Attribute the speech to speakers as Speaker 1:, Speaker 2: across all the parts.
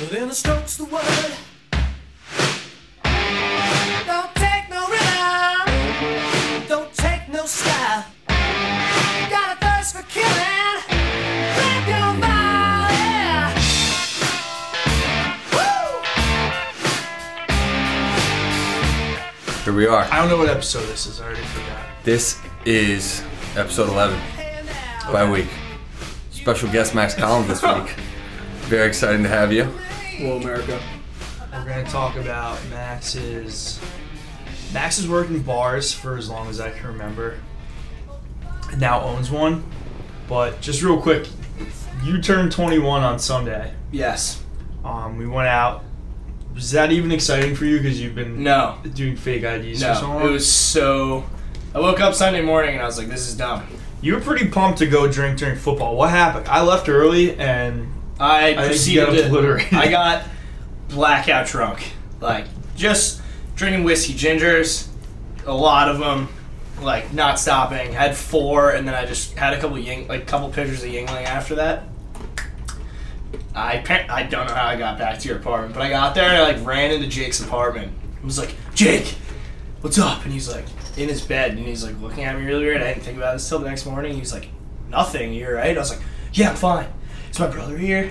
Speaker 1: But in the strokes the word. Don't take no rhythm. Don't take no style. Got a thirst for killing. Grab your violin. Woo!
Speaker 2: Here we are.
Speaker 3: I don't know what episode this is. I already forgot.
Speaker 2: This is episode 11
Speaker 1: Hey now,
Speaker 2: by week. Special guest Max Collins this week. Very exciting to have you.
Speaker 4: Hello, America.
Speaker 3: We're gonna talk about Max's. Max has worked in bars for as long as I can remember. And now owns one. But just real quick, you turned 21 on Sunday.
Speaker 4: Yes.
Speaker 3: Um, we went out. Was that even exciting for you? Because you've been
Speaker 4: No.
Speaker 3: doing fake IDs for so
Speaker 4: No.
Speaker 3: long.
Speaker 4: It was so. I woke up Sunday morning and I was like, "This is dumb."
Speaker 3: you were pretty pumped to go drink during football. What happened? I left early and
Speaker 4: I
Speaker 3: I think you
Speaker 4: proceeded
Speaker 3: got obliterated.
Speaker 4: to. I got blackout drunk, like just drinking whiskey gingers, a lot of them, like not stopping. Had four, and then I just had a couple ying, like couple pitchers of Yingling after that. I pa- I don't know how I got back to your apartment, but I got there and I like ran into Jake's apartment. I was like, Jake, what's up? And he's like in his bed and he's like looking at me really weird. I didn't think about this till the next morning. He's like, nothing. You're right. I was like, yeah, I'm fine. Is my brother here?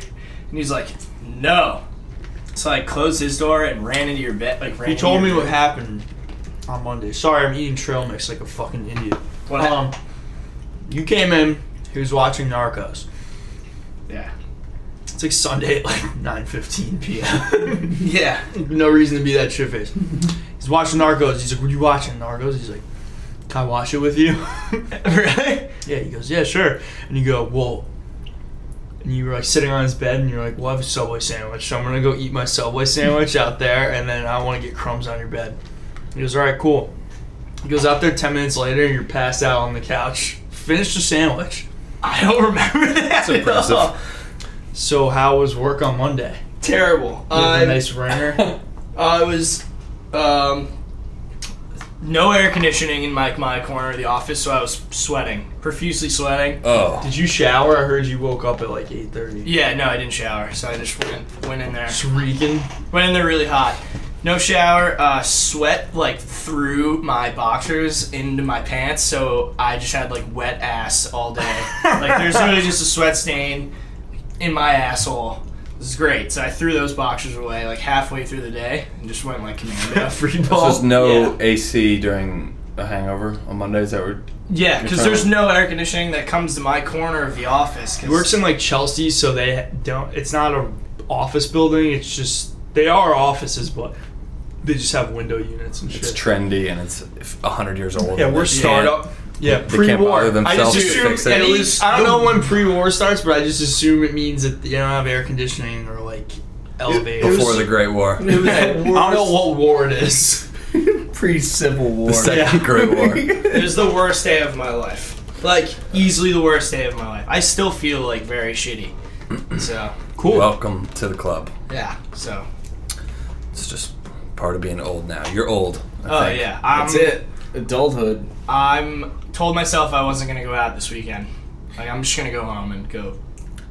Speaker 4: And he's like, no. So I closed his door and ran into your bed. Like ran
Speaker 3: you
Speaker 4: into
Speaker 3: told
Speaker 4: your
Speaker 3: me what
Speaker 4: bed.
Speaker 3: happened on Monday. Sorry, I'm eating trail mix like a fucking idiot.
Speaker 4: What hap-
Speaker 3: Um, you came in. He was watching Narcos. Um.
Speaker 4: Yeah.
Speaker 3: It's like Sunday at like 9:15 p.m.
Speaker 4: Yeah.
Speaker 3: no reason to be that shit faced. He's watching Narcos. He's like, "What are you watching, Narcos?" He's like, "Can I watch it with you?"
Speaker 4: really?
Speaker 3: yeah. He goes, "Yeah, sure." And you go, "Well," and you were like sitting on his bed, and you're like, "Well, I have a Subway sandwich, so I'm gonna go eat my Subway sandwich out there, and then I want to get crumbs on your bed." He goes, "All right, cool." He goes out there ten minutes later, and you're passed out on the couch. Finish the sandwich.
Speaker 4: I don't remember that.
Speaker 2: That's
Speaker 4: at
Speaker 2: impressive.
Speaker 4: all.
Speaker 3: So how was work on Monday?
Speaker 4: Terrible.
Speaker 3: You have
Speaker 4: I-
Speaker 3: a nice ringer.
Speaker 4: I was um, no air conditioning in my my corner of the office, so I was sweating, profusely sweating.
Speaker 2: Oh,
Speaker 3: Did you shower? I heard you woke up at like 8:30.
Speaker 4: Yeah, no, I didn't shower, so I just went went in there.
Speaker 3: Shrieking.
Speaker 4: Went in there really hot. No shower, uh, sweat like through my boxers into my pants, so I just had like wet ass all day. like there's really just a sweat stain in my asshole. This is great. So I threw those boxers away like halfway through the day and just went like commando.
Speaker 3: Free
Speaker 2: so
Speaker 3: ball.
Speaker 2: there's no AC during a hangover on Mondays. That were
Speaker 4: Yeah, because
Speaker 2: Your
Speaker 4: there's
Speaker 2: phone.
Speaker 4: no air conditioning that comes to my corner of the office.
Speaker 3: It
Speaker 4: 'cause-
Speaker 3: works in like Chelsea, so they don't. It's not a office building. It's just they are offices, but they just have window units and shit.
Speaker 2: it's trendy and it's hundred years old.
Speaker 3: yeah, we're startup. Yeah,
Speaker 2: They
Speaker 3: pre
Speaker 2: can't
Speaker 3: war.
Speaker 2: bother
Speaker 3: I
Speaker 2: themselves to
Speaker 3: just assume
Speaker 2: fix it.
Speaker 3: at
Speaker 2: It
Speaker 3: least.
Speaker 4: was
Speaker 3: I don't
Speaker 4: the-
Speaker 3: know when pre war starts, but I just assume it means that you don't have air conditioning or like elevators.
Speaker 2: Before the Great War,
Speaker 3: It was- I don't know what war it is.
Speaker 2: pre Civil War, the Second
Speaker 3: Yeah.
Speaker 2: Great War.
Speaker 4: It was the worst day of my life. Like easily the worst day of my life. I still feel like very shitty. So
Speaker 3: Cool.
Speaker 2: Welcome to the club.
Speaker 4: yeah. So
Speaker 2: It's just part of being old now. You're old. I
Speaker 4: oh
Speaker 2: think.
Speaker 4: yeah. I'm,
Speaker 5: That's it. Adulthood.
Speaker 4: I'm told myself I wasn't gonna go out this weekend. Like I'm just gonna go home and go.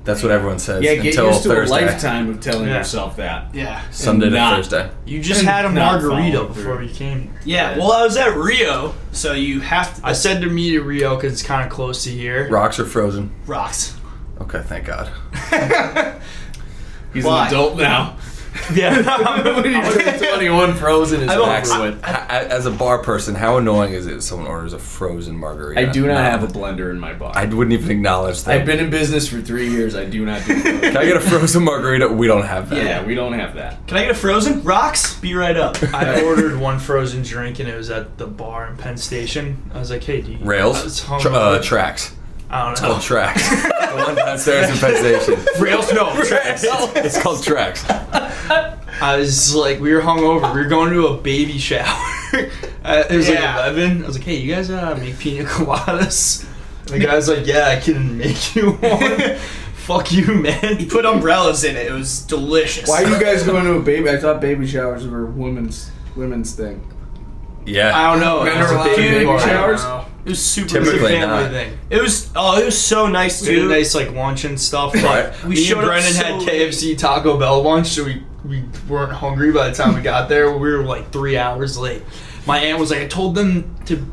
Speaker 2: That's what everyone says
Speaker 5: Yeah, get
Speaker 2: until
Speaker 5: used to
Speaker 2: Thursday.
Speaker 5: a lifetime of telling
Speaker 3: Yeah.
Speaker 5: yourself that.
Speaker 4: Yeah.
Speaker 2: Sunday to
Speaker 5: Not-
Speaker 2: Thursday.
Speaker 3: You just had a
Speaker 5: Not
Speaker 3: margarita
Speaker 5: following
Speaker 3: before
Speaker 5: through.
Speaker 3: you came here.
Speaker 4: Yeah. Well, I was at Rio, so you have to
Speaker 3: I said to meet at Rio because it's kind of close to here.
Speaker 2: Rocks are frozen.
Speaker 4: rocks.
Speaker 2: Okay, thank God.
Speaker 5: He's
Speaker 4: Why?
Speaker 5: an adult now.
Speaker 3: Yeah.
Speaker 5: 21 frozen is
Speaker 2: Max,
Speaker 5: over with.
Speaker 2: ha- as a bar person, how annoying is it if someone orders a frozen margarita?
Speaker 5: I do not
Speaker 2: No.
Speaker 5: have a blender in my bar.
Speaker 2: I wouldn't even acknowledge that.
Speaker 5: I've been in business for three years. I do not do
Speaker 2: Can I
Speaker 5: that.
Speaker 2: get a frozen margarita? We don't have that.
Speaker 5: yeah, we don't have that.
Speaker 4: Can I get a frozen rocks? Be right up.
Speaker 3: I ordered one frozen drink and it was at the bar in Penn Station. I was like, hey, do you. I was
Speaker 2: Rails?
Speaker 3: hung
Speaker 2: Tr- uh,
Speaker 3: over.
Speaker 2: tracks.
Speaker 3: I don't
Speaker 2: Called
Speaker 3: know.
Speaker 2: tracks. the one downstairs in Penn Station.
Speaker 3: Rails? No. tracks.
Speaker 2: It's called tracks.
Speaker 3: I was like, we were hungover. We were going to a baby shower. Uh, it was
Speaker 4: Yeah.
Speaker 3: like 11. I was like, hey, you guys uh, make pina coladas? And the guy's like, yeah, I can make you one. Fuck you,
Speaker 4: He
Speaker 3: man.
Speaker 4: put umbrellas in it. It was delicious.
Speaker 5: Why are you guys going to a baby? I thought baby showers were women's women's thing.
Speaker 2: Yeah.
Speaker 3: I don't know.
Speaker 5: Men
Speaker 3: It was
Speaker 5: are
Speaker 3: a
Speaker 5: allowed
Speaker 3: baby
Speaker 5: in baby
Speaker 3: bar.
Speaker 5: showers?
Speaker 4: I don't know. It was super.
Speaker 3: It's a
Speaker 2: Typically
Speaker 3: family
Speaker 2: not.
Speaker 3: thing.
Speaker 4: It was oh, it was so nice,
Speaker 3: We did a
Speaker 4: dude.
Speaker 3: nice like lunch and stuff.
Speaker 2: Right.
Speaker 3: Like,
Speaker 4: We
Speaker 3: me
Speaker 4: showed
Speaker 3: and
Speaker 4: up
Speaker 3: Brennan
Speaker 4: so
Speaker 3: had
Speaker 4: late.
Speaker 3: KFC Taco Bell lunch, so we we weren't hungry by the time we got there. We were like three hours late. My aunt was like, "I told them to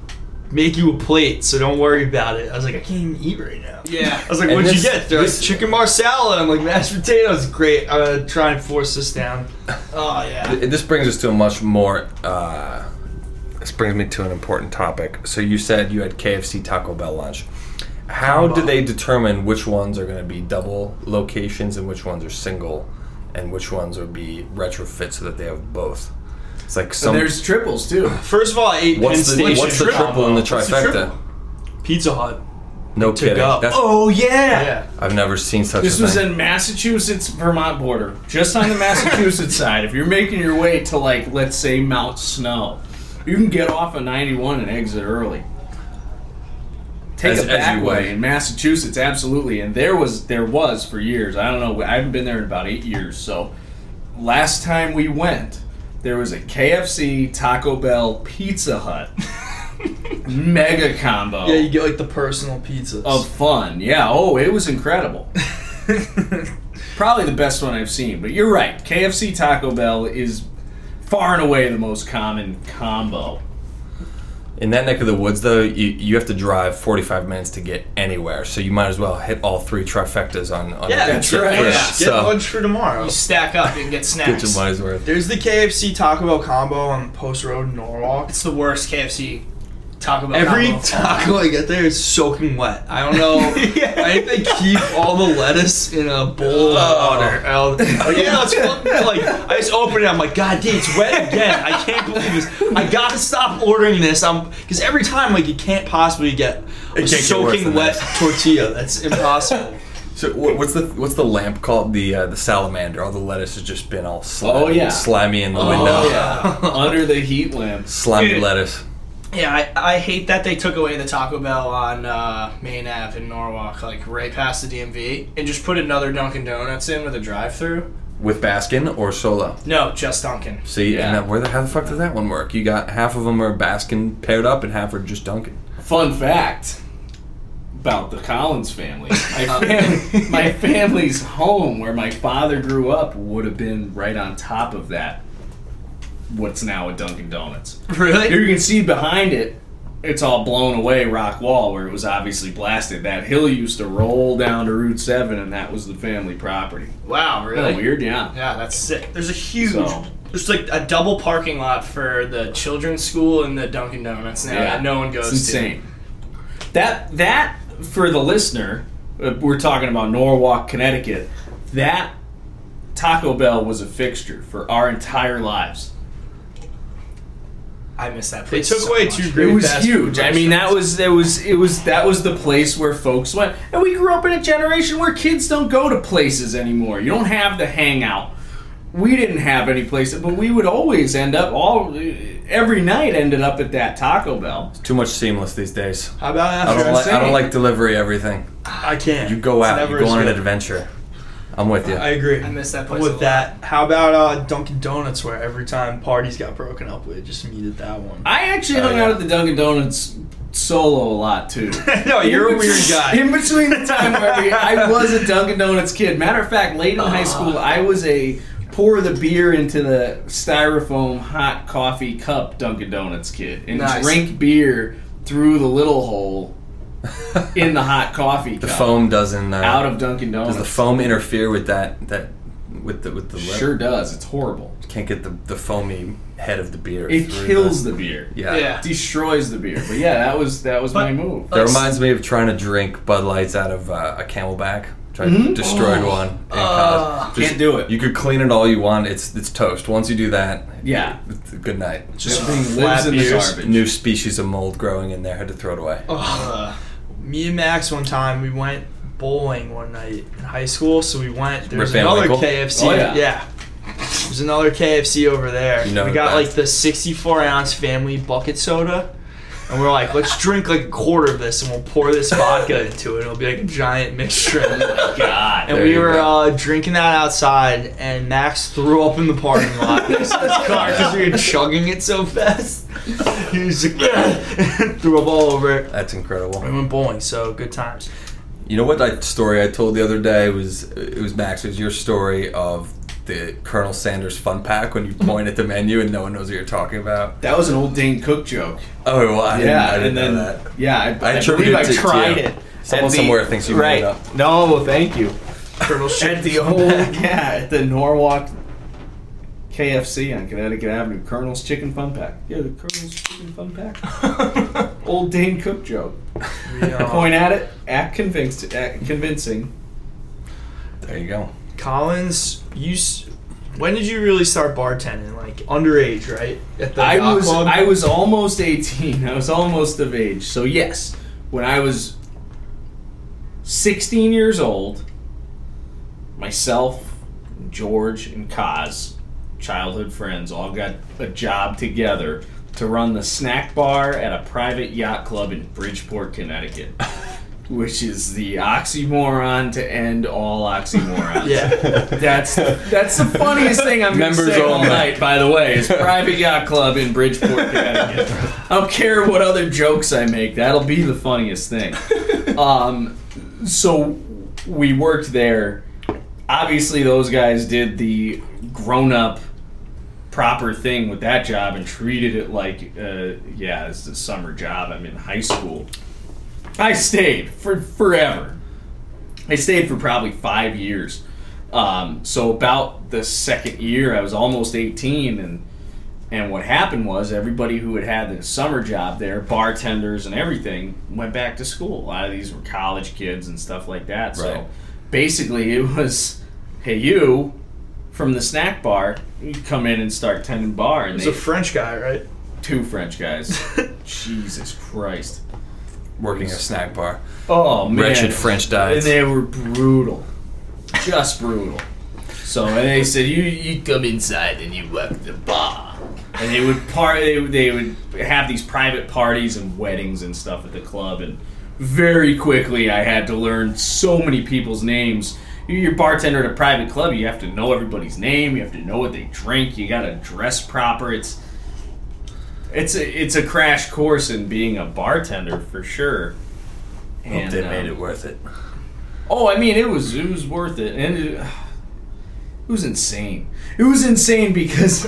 Speaker 3: make you a plate, so don't worry about it." I was like, "I can't even eat right now."
Speaker 4: Yeah.
Speaker 3: I was like,
Speaker 2: And
Speaker 3: "What'd you
Speaker 2: this-
Speaker 3: get?" They're like,
Speaker 2: this-
Speaker 3: "Chicken marsala." I'm like, "Mashed potatoes, great." I'm gonna try and force this down.
Speaker 4: Oh yeah.
Speaker 2: Th- This brings us to a much more. Uh, this brings me to an important topic. So you said you had KFC Taco Bell lunch. How do they determine which ones are going to be double locations and which ones are single, and which ones will be retrofit so that they have both? It's like some.
Speaker 5: And there's triples too.
Speaker 3: First of all, I ate Penn
Speaker 2: what's the
Speaker 3: Station
Speaker 2: what's the triple and the
Speaker 4: What's the
Speaker 2: trifecta?
Speaker 4: triple?
Speaker 3: Pizza Hut.
Speaker 2: No kidding.
Speaker 3: go.
Speaker 2: That's,
Speaker 4: Oh yeah.
Speaker 3: Yeah,
Speaker 2: I've never seen such
Speaker 5: This
Speaker 2: a
Speaker 5: was
Speaker 2: thing.
Speaker 5: in Massachusetts Vermont border, just on the Massachusetts side. If you're making your way to like let's say Mount Snow, you can get off of 91 and exit early. Take
Speaker 2: As-
Speaker 5: a
Speaker 2: as
Speaker 5: back
Speaker 2: you
Speaker 5: way
Speaker 2: would.
Speaker 5: in Massachusetts, absolutely. And there was there was for years. I don't know. I haven't been there in about eight years. So last time we went, there was a KFC, Taco Bell, Pizza Hut, mega combo
Speaker 3: yeah, you get like the personal pizzas.
Speaker 5: of fun. Yeah. Oh, it was incredible. Probably the best one I've seen. But you're right. KFC Taco Bell is far and away the most common combo.
Speaker 2: In that neck of the woods, though, you, you have to drive 45 minutes to get anywhere, so you might as well hit all three trifectas on, on
Speaker 3: Yeah,
Speaker 2: a
Speaker 3: that's
Speaker 2: trip
Speaker 3: right.
Speaker 2: through.
Speaker 4: Yeah.
Speaker 3: Get
Speaker 2: So,
Speaker 3: lunch for tomorrow.
Speaker 4: You stack up and get snacks.
Speaker 2: get your money's worth.
Speaker 3: There's the KFC Taco Bell combo on Post Road in Norwalk.
Speaker 4: It's the worst KFC Taco Bell.
Speaker 3: Every
Speaker 4: combo.
Speaker 3: taco I get there is soaking wet. I don't know. I think they keep all the lettuce in a bowl
Speaker 2: Oh.
Speaker 3: of water. I'll- Like, you know, Oh, it's fucking- like I just open it. I'm like, God damn, it's wet again. I can't believe this. I gotta stop ordering this. I'm because every time like you can't possibly get
Speaker 2: can't
Speaker 3: a
Speaker 2: get worse
Speaker 3: soaking
Speaker 2: than
Speaker 3: wet
Speaker 2: this.
Speaker 3: tortilla. That's impossible.
Speaker 2: So wh- what's the what's the lamp called? The uh, the salamander. All the lettuce has just been all slimy,
Speaker 5: Oh, yeah.
Speaker 2: slimy in the
Speaker 5: Oh,
Speaker 2: window.
Speaker 5: yeah. Under the heat lamps.
Speaker 2: Slimy
Speaker 4: Dude.
Speaker 2: lettuce.
Speaker 4: Yeah, I, I hate that they took away the Taco Bell on uh, Main Ave in Norwalk, like right past the DMV, and just put another Dunkin' Donuts in with a drive-through.
Speaker 2: With Baskin or Solo?
Speaker 4: No, just Dunkin'.
Speaker 2: See,
Speaker 5: Yeah.
Speaker 2: and that, where the how the fuck did that one work? You got half of them are Baskin paired up, and half are just Dunkin'.
Speaker 5: Fun fact about the Collins family.
Speaker 4: Uh,
Speaker 5: My, fam- my family's home where my father grew up would have been right on top of that. What's now a Dunkin' Donuts.
Speaker 4: Really?
Speaker 5: you can see behind it it's all blown away rock wall where it was obviously blasted that hill used to roll down to route 7 and that was the family property
Speaker 4: Wow,
Speaker 5: Kinda
Speaker 4: really?
Speaker 5: weird yeah
Speaker 4: Yeah, that's sick. There's a huge,
Speaker 5: So-
Speaker 4: there's like a double parking lot for the children's school and the Dunkin' Donuts now that no one goes
Speaker 5: it's insane that that for the listener uh, we're talking about norwalk connecticut that taco bell was a fixture for our entire lives
Speaker 4: to. I miss that
Speaker 3: They
Speaker 4: place.
Speaker 3: took
Speaker 4: so
Speaker 3: away
Speaker 4: much.
Speaker 3: two great.
Speaker 5: it was
Speaker 3: fast food
Speaker 5: huge. I mean, that was that was it was that was the place where folks went, and we grew up in a generation where kids don't go to places anymore. You don't have the hangout. We didn't have any place, but we would always end up all every night ended up at that Taco Bell.
Speaker 2: Too much seamless these days.
Speaker 3: How about
Speaker 2: I
Speaker 3: after
Speaker 2: don't like I
Speaker 5: saying.
Speaker 2: don't like delivery. Everything.
Speaker 3: I can't.
Speaker 2: You go
Speaker 3: It's
Speaker 2: out. You
Speaker 3: never
Speaker 2: go
Speaker 3: as
Speaker 2: on an
Speaker 3: good.
Speaker 2: adventure. I'm with you.
Speaker 3: I agree.
Speaker 4: I miss that place. a
Speaker 3: With
Speaker 4: lot.
Speaker 3: that, how about uh, Dunkin' Donuts, where every time parties got broken up with, just needed that one.
Speaker 5: I actually
Speaker 2: Oh,
Speaker 5: hung
Speaker 2: yeah.
Speaker 5: out at the Dunkin' Donuts solo a lot too.
Speaker 3: no, you're a weird guy.
Speaker 5: In between the time where we, I was a Dunkin' Donuts kid. Matter of fact, late in high school, I was a pour the beer into the styrofoam hot coffee cup Dunkin' Donuts kid and
Speaker 4: Nice.
Speaker 5: drink beer through the little hole in the hot coffee
Speaker 2: the
Speaker 5: cup
Speaker 2: foam doesn't. Uh,
Speaker 5: out of Dunkin' Donuts.
Speaker 2: Does the foam interfere with that? That with the with the lip?
Speaker 5: sure does. It's horrible.
Speaker 2: Can't get the, the foamy head of the beer.
Speaker 5: It
Speaker 2: through
Speaker 5: kills
Speaker 2: The,
Speaker 5: the beer.
Speaker 2: yeah.
Speaker 4: Yeah.
Speaker 5: Destroys the beer. But yeah, that was that was
Speaker 4: But-
Speaker 5: my move.
Speaker 2: That reminds me of trying to drink Bud Lights out of uh, a Camelback. Tried destroyed one. In college.
Speaker 5: Mm-hmm. Oh. Uh, Can't do it.
Speaker 2: You could clean it all you want. It's it's toast. Once you do that,
Speaker 5: Yeah.
Speaker 2: it's- good night.
Speaker 5: This
Speaker 4: Just
Speaker 5: thing
Speaker 4: flat
Speaker 5: lives in the
Speaker 4: beers.
Speaker 5: garbage.
Speaker 2: New species of mold growing in there. Had to throw it away.
Speaker 5: Oh.
Speaker 4: Ugh.
Speaker 3: Me and Max one time we went bowling one night in high school, so we went. There was
Speaker 2: Rip Van
Speaker 3: another
Speaker 2: Winkle?
Speaker 3: KFC.
Speaker 5: Oh, yeah.
Speaker 3: There's another KFC over there.
Speaker 2: You know
Speaker 3: we got
Speaker 2: that.
Speaker 3: like the 64 ounce family bucket soda. And we're like, let's drink like a quarter of this, and we'll pour this vodka into it. It'll be like a giant mixture.
Speaker 5: God.
Speaker 3: And
Speaker 2: There
Speaker 3: we
Speaker 2: you
Speaker 3: were
Speaker 2: go.
Speaker 3: uh, drinking that outside, and Max threw up in the parking lot next to his car because we were chugging it so fast. He was like, threw up all over it.
Speaker 2: That's incredible.
Speaker 3: We went bowling, so good times.
Speaker 2: You know what that story I told the other day was it was Max, it was your story of the Colonel Sanders fun pack when you
Speaker 5: Mm-hmm.
Speaker 2: point at the menu and no one knows what you're talking about.
Speaker 5: That was an old Dane Cook joke.
Speaker 2: Oh well, I didn't, I
Speaker 5: Yeah,
Speaker 2: didn't
Speaker 5: and then
Speaker 2: know that.
Speaker 5: yeah, I, I,
Speaker 2: attributed
Speaker 5: believe I
Speaker 2: it to
Speaker 5: tried
Speaker 2: you.
Speaker 5: it.
Speaker 2: Someone
Speaker 5: At the-
Speaker 2: somewhere thinks you made
Speaker 5: right.
Speaker 2: it up. Oh,
Speaker 5: No, thank you.
Speaker 3: Colonel
Speaker 5: At
Speaker 3: Sanders.
Speaker 5: the old yeah, at the Norwalk KFC on Connecticut Avenue, Colonel's Chicken Fun Pack. Yeah, the Colonel's Chicken Fun Pack. old Dane Cook joke.
Speaker 3: We, uh,
Speaker 5: Point at it, act convinced, act convincing.
Speaker 2: There you go.
Speaker 3: Collins, you. S- when did you really start bartending? Like underage, right? At the yacht
Speaker 5: I was
Speaker 3: club?
Speaker 5: I was almost eighteen. I was almost of age. So yes, when I was sixteen years old, myself, George, and Kaz, childhood friends, all got a job together to run the snack bar at a private yacht club in Bridgeport, Connecticut. Which is the oxymoron to end all oxymorons.
Speaker 3: Yeah.
Speaker 5: That's that's the funniest thing I'm going
Speaker 2: Members
Speaker 5: to say all
Speaker 2: only.
Speaker 5: night. By the way, is private yacht club in Bridgeport, Connecticut. I don't care what other jokes I make. That'll be the funniest thing. Um, so we worked there. Obviously, those guys did the grown-up proper thing with that job and treated it like, uh, yeah, it's a summer job. I'm in high school. I stayed for forever. I stayed for probably five years. Um, so about the second year, I was almost 18, and and what happened was everybody who had had the summer job there, bartenders and everything, went back to school. A lot of these were college kids and stuff like that.
Speaker 2: Right.
Speaker 5: So basically, it was, hey, you from the snack bar, you come in and start tending bar, and
Speaker 3: He's
Speaker 5: they
Speaker 3: a French guy, right?
Speaker 5: two French guys. Jesus Christ!
Speaker 2: Working a snack bar.
Speaker 5: Oh man,
Speaker 2: Wretched French
Speaker 5: and
Speaker 2: diets.
Speaker 5: they were brutal, just brutal. So and they said, "You you come inside and you work the bar." And they would part they, would- they would have these private parties and weddings and stuff at the club. And very quickly, I had to learn so many people's names. You- You're a bartender at a private club. You have to know everybody's name. You have to know what they drink. You got to dress proper. It's it's a it's a crash course in being a bartender for sure.
Speaker 2: Hope
Speaker 5: And,
Speaker 2: they
Speaker 5: um,
Speaker 2: made it worth it.
Speaker 5: Oh, I mean, it was it was worth it, and it, it was insane. It was insane because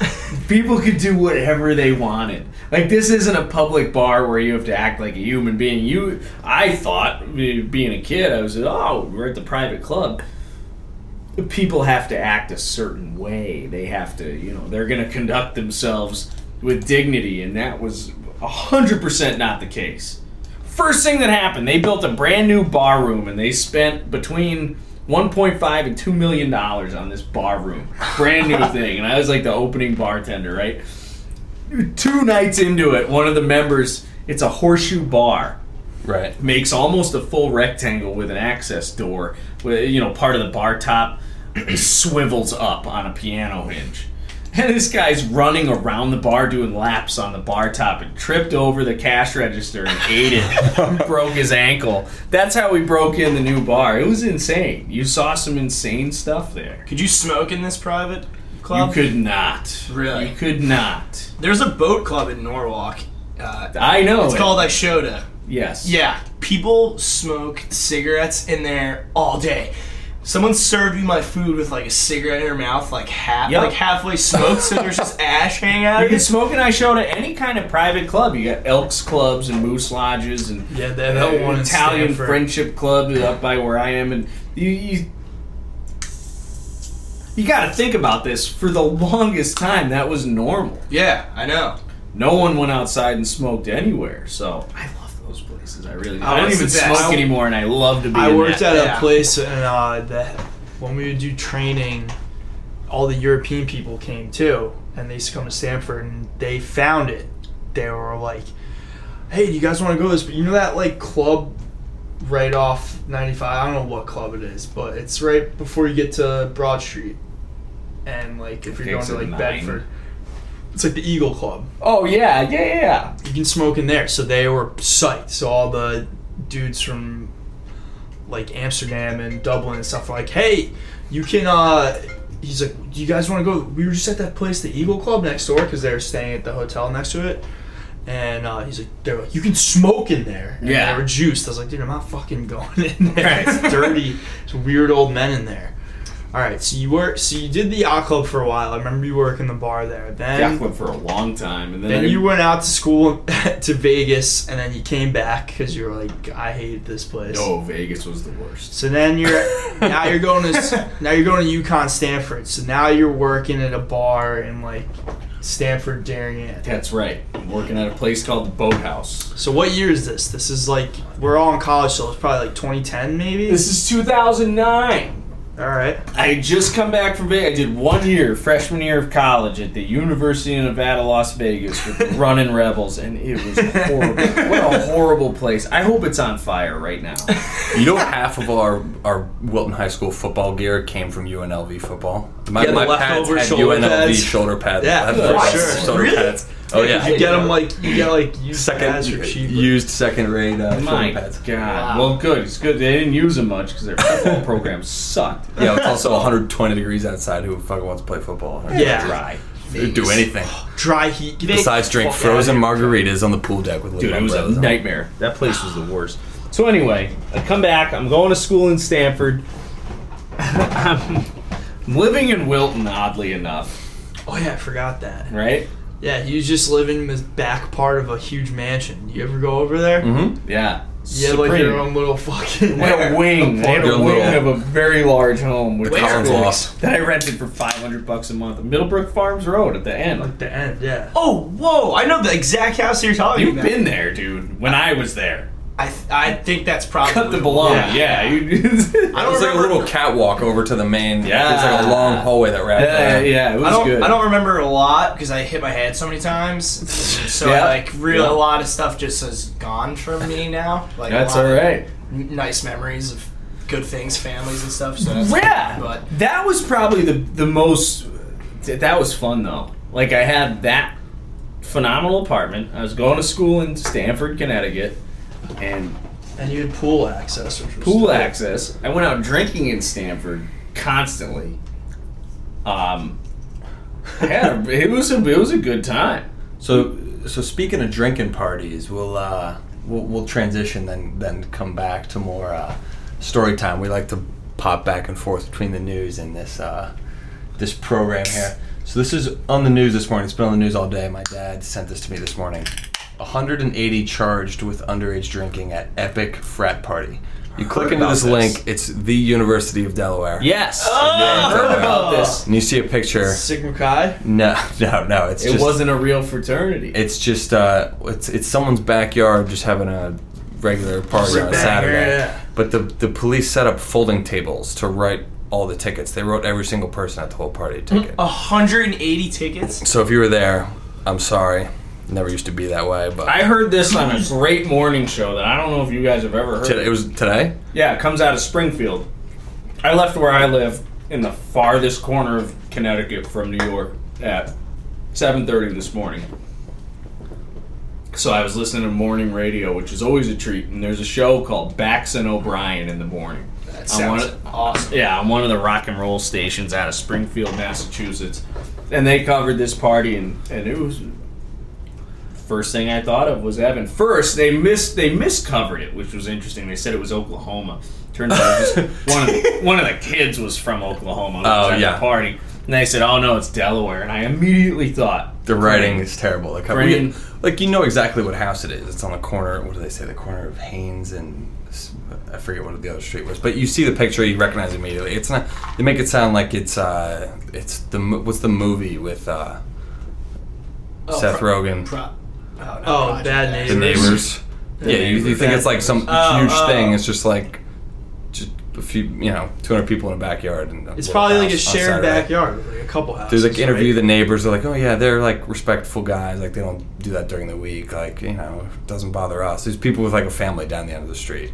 Speaker 5: people could do whatever they wanted. Like this isn't a public bar where you have to act like a human being. You, I thought be- being a kid, I was oh, we're at the private club. People have to act a certain way. They have to, you know, they're going to conduct themselves with dignity, and that was hundred percent not the case first thing that happened, they built a brand new bar room and they spent between 1.5 and 2 million dollars on this bar room. Brand new thing. And I was like the opening bartender, right? Two nights into it, one of the members, it's a horseshoe bar
Speaker 2: Right.
Speaker 5: makes almost a full rectangle with an access door. With, you know, part of the bar top swivels up on a piano hinge. And this guy's running around the bar doing laps on the bar top and tripped over the cash register and ate it, broke his ankle. That's how we broke in the new bar. It was insane. You saw some insane stuff there.
Speaker 4: Could you smoke in this private
Speaker 5: You
Speaker 4: club?
Speaker 5: could not.
Speaker 4: Really?
Speaker 5: You could not.
Speaker 4: There's a boat club in Norwalk. Uh,
Speaker 5: I know.
Speaker 4: it's
Speaker 5: it.
Speaker 4: called Ishoda.
Speaker 5: Yes.
Speaker 4: Yeah, people smoke cigarettes in there all day. Someone served me my food with like a cigarette in her mouth, like half,
Speaker 5: Yep.
Speaker 4: like halfway smoked, so there's just ash hanging out.
Speaker 5: You
Speaker 4: of
Speaker 5: can
Speaker 4: it.
Speaker 5: smoke an I show to any kind of private club. You got Elks clubs and Moose lodges and uh,
Speaker 3: Yeah, that, that one in
Speaker 5: Italian
Speaker 3: Stanford.
Speaker 5: friendship club up by where I am, and you you, you got to think about this. For the longest time, that was normal.
Speaker 4: Yeah, I know.
Speaker 5: No one went outside and smoked anywhere. So I love those places. I really.
Speaker 4: Oh,
Speaker 5: I don't
Speaker 4: it's
Speaker 5: even
Speaker 4: the best.
Speaker 5: smoke anymore, and I love to be.
Speaker 3: I
Speaker 5: in
Speaker 3: worked
Speaker 4: at-
Speaker 5: that.
Speaker 3: at
Speaker 4: yeah.
Speaker 3: a place and uh, that when we would do training, all the European people came too, and they used to come to Stanford, and they found it. They were like, "Hey, do you guys want to go to this?" But you know that like club right off 95. I don't know what club it is, but it's right before you get to Broad Street, and like if you're
Speaker 5: Okay,
Speaker 3: going to
Speaker 5: so
Speaker 3: like
Speaker 5: nine.
Speaker 3: Bedford. It's like the Eagle Club.
Speaker 5: Oh yeah, yeah, yeah, yeah.
Speaker 3: You can smoke in there. So they were psyched. So all the dudes from like Amsterdam and Dublin and stuff were like, hey, you can. uh He's like, do you guys want to go? We were just at that place, the Eagle Club next door, because they were staying at the hotel next to it. And uh, he's like, they're like, you can smoke in there. And
Speaker 5: Yeah.
Speaker 3: They were juiced. I was like, dude, I'm not fucking going in there. It's dirty. It's weird old men in there. All right, so you were so you did the yacht club for a while. I remember you working the bar there. Then
Speaker 5: Jack went for a long time, and then,
Speaker 3: then
Speaker 5: I-
Speaker 3: you went out to school to Vegas, and then you came back because you were like, I hate this place.
Speaker 5: Oh, Vegas was the worst.
Speaker 3: So then you're now you're going to s- now you're going to UConn Stanford. So now you're working at a bar in like Stanford Darien.
Speaker 5: That's right. I'm working at a place called the Boathouse.
Speaker 3: So what year is this? This is like we're all in college, so it's probably like 2010 maybe.
Speaker 5: This is 2009.
Speaker 3: all right.
Speaker 5: I had just come back from Vegas. I did one year, freshman year of college, at the University of Nevada, Las Vegas, with the running rebels, and it was horrible. what a horrible place! I hope it's on fire right now.
Speaker 2: You know, half of our our Wilton High School football gear came from UNLV football. My,
Speaker 3: Yeah, the
Speaker 2: my pads
Speaker 3: leftover
Speaker 2: had
Speaker 3: shoulder
Speaker 2: UNLV
Speaker 3: pads.
Speaker 2: shoulder pads.
Speaker 3: Yeah,
Speaker 2: Leftover
Speaker 5: for
Speaker 2: shoulder
Speaker 5: sure.
Speaker 3: Really?
Speaker 2: pads. Oh yeah,
Speaker 3: You get them like you get like used pads or
Speaker 2: second
Speaker 3: cheap.
Speaker 2: used second rate uh,
Speaker 5: My
Speaker 2: shoulder pads.
Speaker 5: God. Well, good. It's good they didn't use them much because their football program sucked.
Speaker 2: Yeah, it's also 120 degrees outside. Who fucking wants to play football?
Speaker 3: Yeah.
Speaker 5: Dry.
Speaker 2: do anything
Speaker 3: dry heat. Get the
Speaker 2: besides drink
Speaker 3: fuck outta
Speaker 2: frozen
Speaker 3: here.
Speaker 2: margaritas on the pool deck with
Speaker 5: Dude,
Speaker 2: little
Speaker 5: it was a
Speaker 2: umbrellas on.
Speaker 5: nightmare. That place was the worst. So anyway, I come back. I'm going to school in Stanford. I'm living in Wilton, oddly enough,
Speaker 3: Oh yeah, I forgot that.
Speaker 5: right?
Speaker 3: Yeah, he was just living in the back part of a huge mansion. You ever go over there?
Speaker 2: Mm-hmm.
Speaker 5: Yeah.
Speaker 3: Yeah, like your own little fucking.
Speaker 5: They had a wing. They had a
Speaker 2: Your
Speaker 5: wing
Speaker 2: little-
Speaker 5: of a very large home with
Speaker 2: The Collins
Speaker 5: cool-
Speaker 2: loft.
Speaker 5: that I rented for 500 bucks a month. Middlebrook Farms Road at the end.
Speaker 3: Like the end, yeah.
Speaker 4: Oh, whoa! I know the exact house you're talking
Speaker 5: You've
Speaker 4: about.
Speaker 5: been there, dude. When I was there,
Speaker 4: I, th- I think that's probably.
Speaker 5: cut the baloney.
Speaker 3: Yeah.
Speaker 5: Yeah. you-
Speaker 4: I don't
Speaker 2: It's like a
Speaker 4: remember-
Speaker 2: little catwalk over to the main.
Speaker 5: Yeah.
Speaker 2: it's like a long hallway that wraps.
Speaker 5: yeah,
Speaker 2: around.
Speaker 5: yeah, it was
Speaker 4: I don't.
Speaker 5: good.
Speaker 4: I don't remember a lot because I hit my head so many times. So
Speaker 5: Yeah.
Speaker 4: like, real a
Speaker 5: Yeah.
Speaker 4: lot of stuff just is gone from me now. Like a
Speaker 5: That's
Speaker 4: lot
Speaker 5: all
Speaker 4: of
Speaker 5: right.
Speaker 4: n- Nice memories of good things, families, and stuff. So that's-
Speaker 5: Yeah,
Speaker 4: But
Speaker 5: that was probably the the most. th- That was fun though. Like I had that phenomenal apartment. I was going to school in Stanford, Connecticut, and
Speaker 3: And you had pool access, which was
Speaker 5: pool access. I went out drinking in Stanford constantly. Um, yeah, it was a it was a good time.
Speaker 2: So, so speaking of drinking parties, we'll uh, we'll, we'll transition then then come back to more uh, story time. We like to pop back and forth between the news and this uh, this program here. So this is on the news this morning. It's been on the news all day. My dad sent this to me this morning. 180 charged with underage drinking at epic frat party. You click into
Speaker 5: about
Speaker 2: this,
Speaker 5: this.
Speaker 2: link. It's the University of Delaware.
Speaker 5: Yes,
Speaker 4: Oh.
Speaker 2: Yeah,
Speaker 5: I heard
Speaker 2: Delaware.
Speaker 5: about this.
Speaker 2: And you see a picture.
Speaker 3: Sigma Chi.
Speaker 2: No, no, no. It's
Speaker 5: It
Speaker 2: just,
Speaker 5: wasn't a real fraternity.
Speaker 2: it's just uh, it's it's someone's backyard just having a regular party on a
Speaker 3: banger,
Speaker 2: Saturday.
Speaker 3: yeah.
Speaker 2: But the the police set up folding tables to write all the tickets. They wrote every single person at the whole party a ticket.
Speaker 4: Mm-hmm. 180 tickets.
Speaker 2: So if you were there, I'm sorry. Never used to be that way, but
Speaker 5: I heard this on a great morning show that I don't know if you guys have ever heard.
Speaker 2: Today- it was today.
Speaker 5: Yeah, it comes out of Springfield. I left where I live in the farthest corner of Connecticut from New York at 7:30 this morning. So I was listening to morning radio, which is always a treat, and there's a show called Bax and O'Brien in the morning.
Speaker 4: That
Speaker 5: I
Speaker 4: sounds
Speaker 5: wanna-
Speaker 4: awesome.
Speaker 5: Yeah, on one of the rock and roll stations out of Springfield, Massachusetts. And they covered this party and, and it was first thing I thought of was Evan. First, they missed they miscovered it, which was interesting. They said it was Oklahoma. Turns out it was just one of the, one of the kids was from Oklahoma. who was
Speaker 2: Oh,
Speaker 5: at
Speaker 2: yeah.
Speaker 5: the party. And they said, "Oh no, it's Delaware." And I immediately thought
Speaker 2: The writing is terrible. Like how- we,
Speaker 5: Brendan-
Speaker 2: like you know exactly what house it is. It's on the corner. What do they say? The corner of Haynes and s- I forget what the other street was. But you see the picture, you recognize it immediately. It's not. They make it sound like it's uh, it's the mo- what's the movie with uh,
Speaker 4: Oh,
Speaker 2: Seth
Speaker 4: pro-
Speaker 2: Rogen,
Speaker 4: pro- oh, not
Speaker 3: Oh,
Speaker 4: Project
Speaker 3: Bad
Speaker 4: X.
Speaker 2: The
Speaker 3: Neighbors.
Speaker 2: Neighbors. yeah, you, you think it's like some
Speaker 4: Oh,
Speaker 2: huge
Speaker 4: oh.
Speaker 2: thing. It's just like just a few, you know, two hundred people in a backyard. And
Speaker 3: It's probably like a
Speaker 2: house on
Speaker 3: shared
Speaker 2: Saturday.
Speaker 3: backyard, with, like a couple houses.
Speaker 2: There's like interview
Speaker 3: right?
Speaker 2: the neighbors. They're like, oh yeah, they're like respectful guys. Like they don't do that during the week. Like you know, it doesn't bother us. There's people with like a family down the end of the street.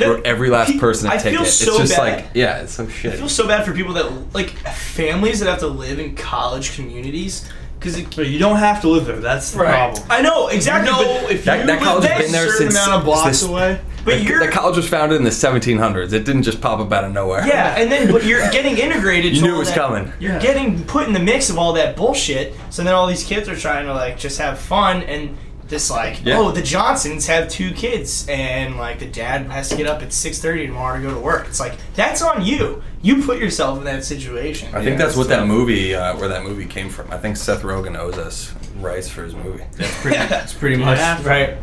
Speaker 2: Wrote every last person
Speaker 4: I
Speaker 2: a ticket.
Speaker 4: feel
Speaker 2: it's
Speaker 4: so
Speaker 2: just
Speaker 4: bad.
Speaker 2: like yeah, it's so shit.
Speaker 4: I feel so bad for people that like families that have to live in college communities because it.
Speaker 3: But you don't have to live there. That's the
Speaker 5: Right.
Speaker 3: problem.
Speaker 4: I know exactly.
Speaker 3: No,
Speaker 4: but
Speaker 3: if
Speaker 2: That-
Speaker 3: you
Speaker 2: that college
Speaker 3: live
Speaker 2: has been there
Speaker 3: a certain
Speaker 2: since-
Speaker 3: amount of
Speaker 2: since
Speaker 3: blocks
Speaker 2: this-
Speaker 3: away,
Speaker 4: but you're
Speaker 2: The college was founded in the 1700s. It didn't just pop up out of nowhere.
Speaker 4: Yeah, and then but you're getting integrated.
Speaker 2: You
Speaker 4: to
Speaker 2: knew
Speaker 4: all
Speaker 2: it was
Speaker 4: that-
Speaker 2: coming.
Speaker 4: You're
Speaker 3: Yeah.
Speaker 4: getting put in the mix of all that bullshit. So then all these kids are trying to like just have fun and just like
Speaker 2: Yeah.
Speaker 4: oh the Johnsons have two kids and like the dad has to get up at six thirty tomorrow to go to work. It's like that's on you. You put yourself in that situation.
Speaker 2: I think
Speaker 5: Yeah,
Speaker 2: that's what
Speaker 5: it's
Speaker 2: that
Speaker 5: tough.
Speaker 2: movie, uh, where that movie came from. I think Seth Rogen owes us rights for his movie.
Speaker 5: That's pretty much
Speaker 3: Yeah.
Speaker 5: right.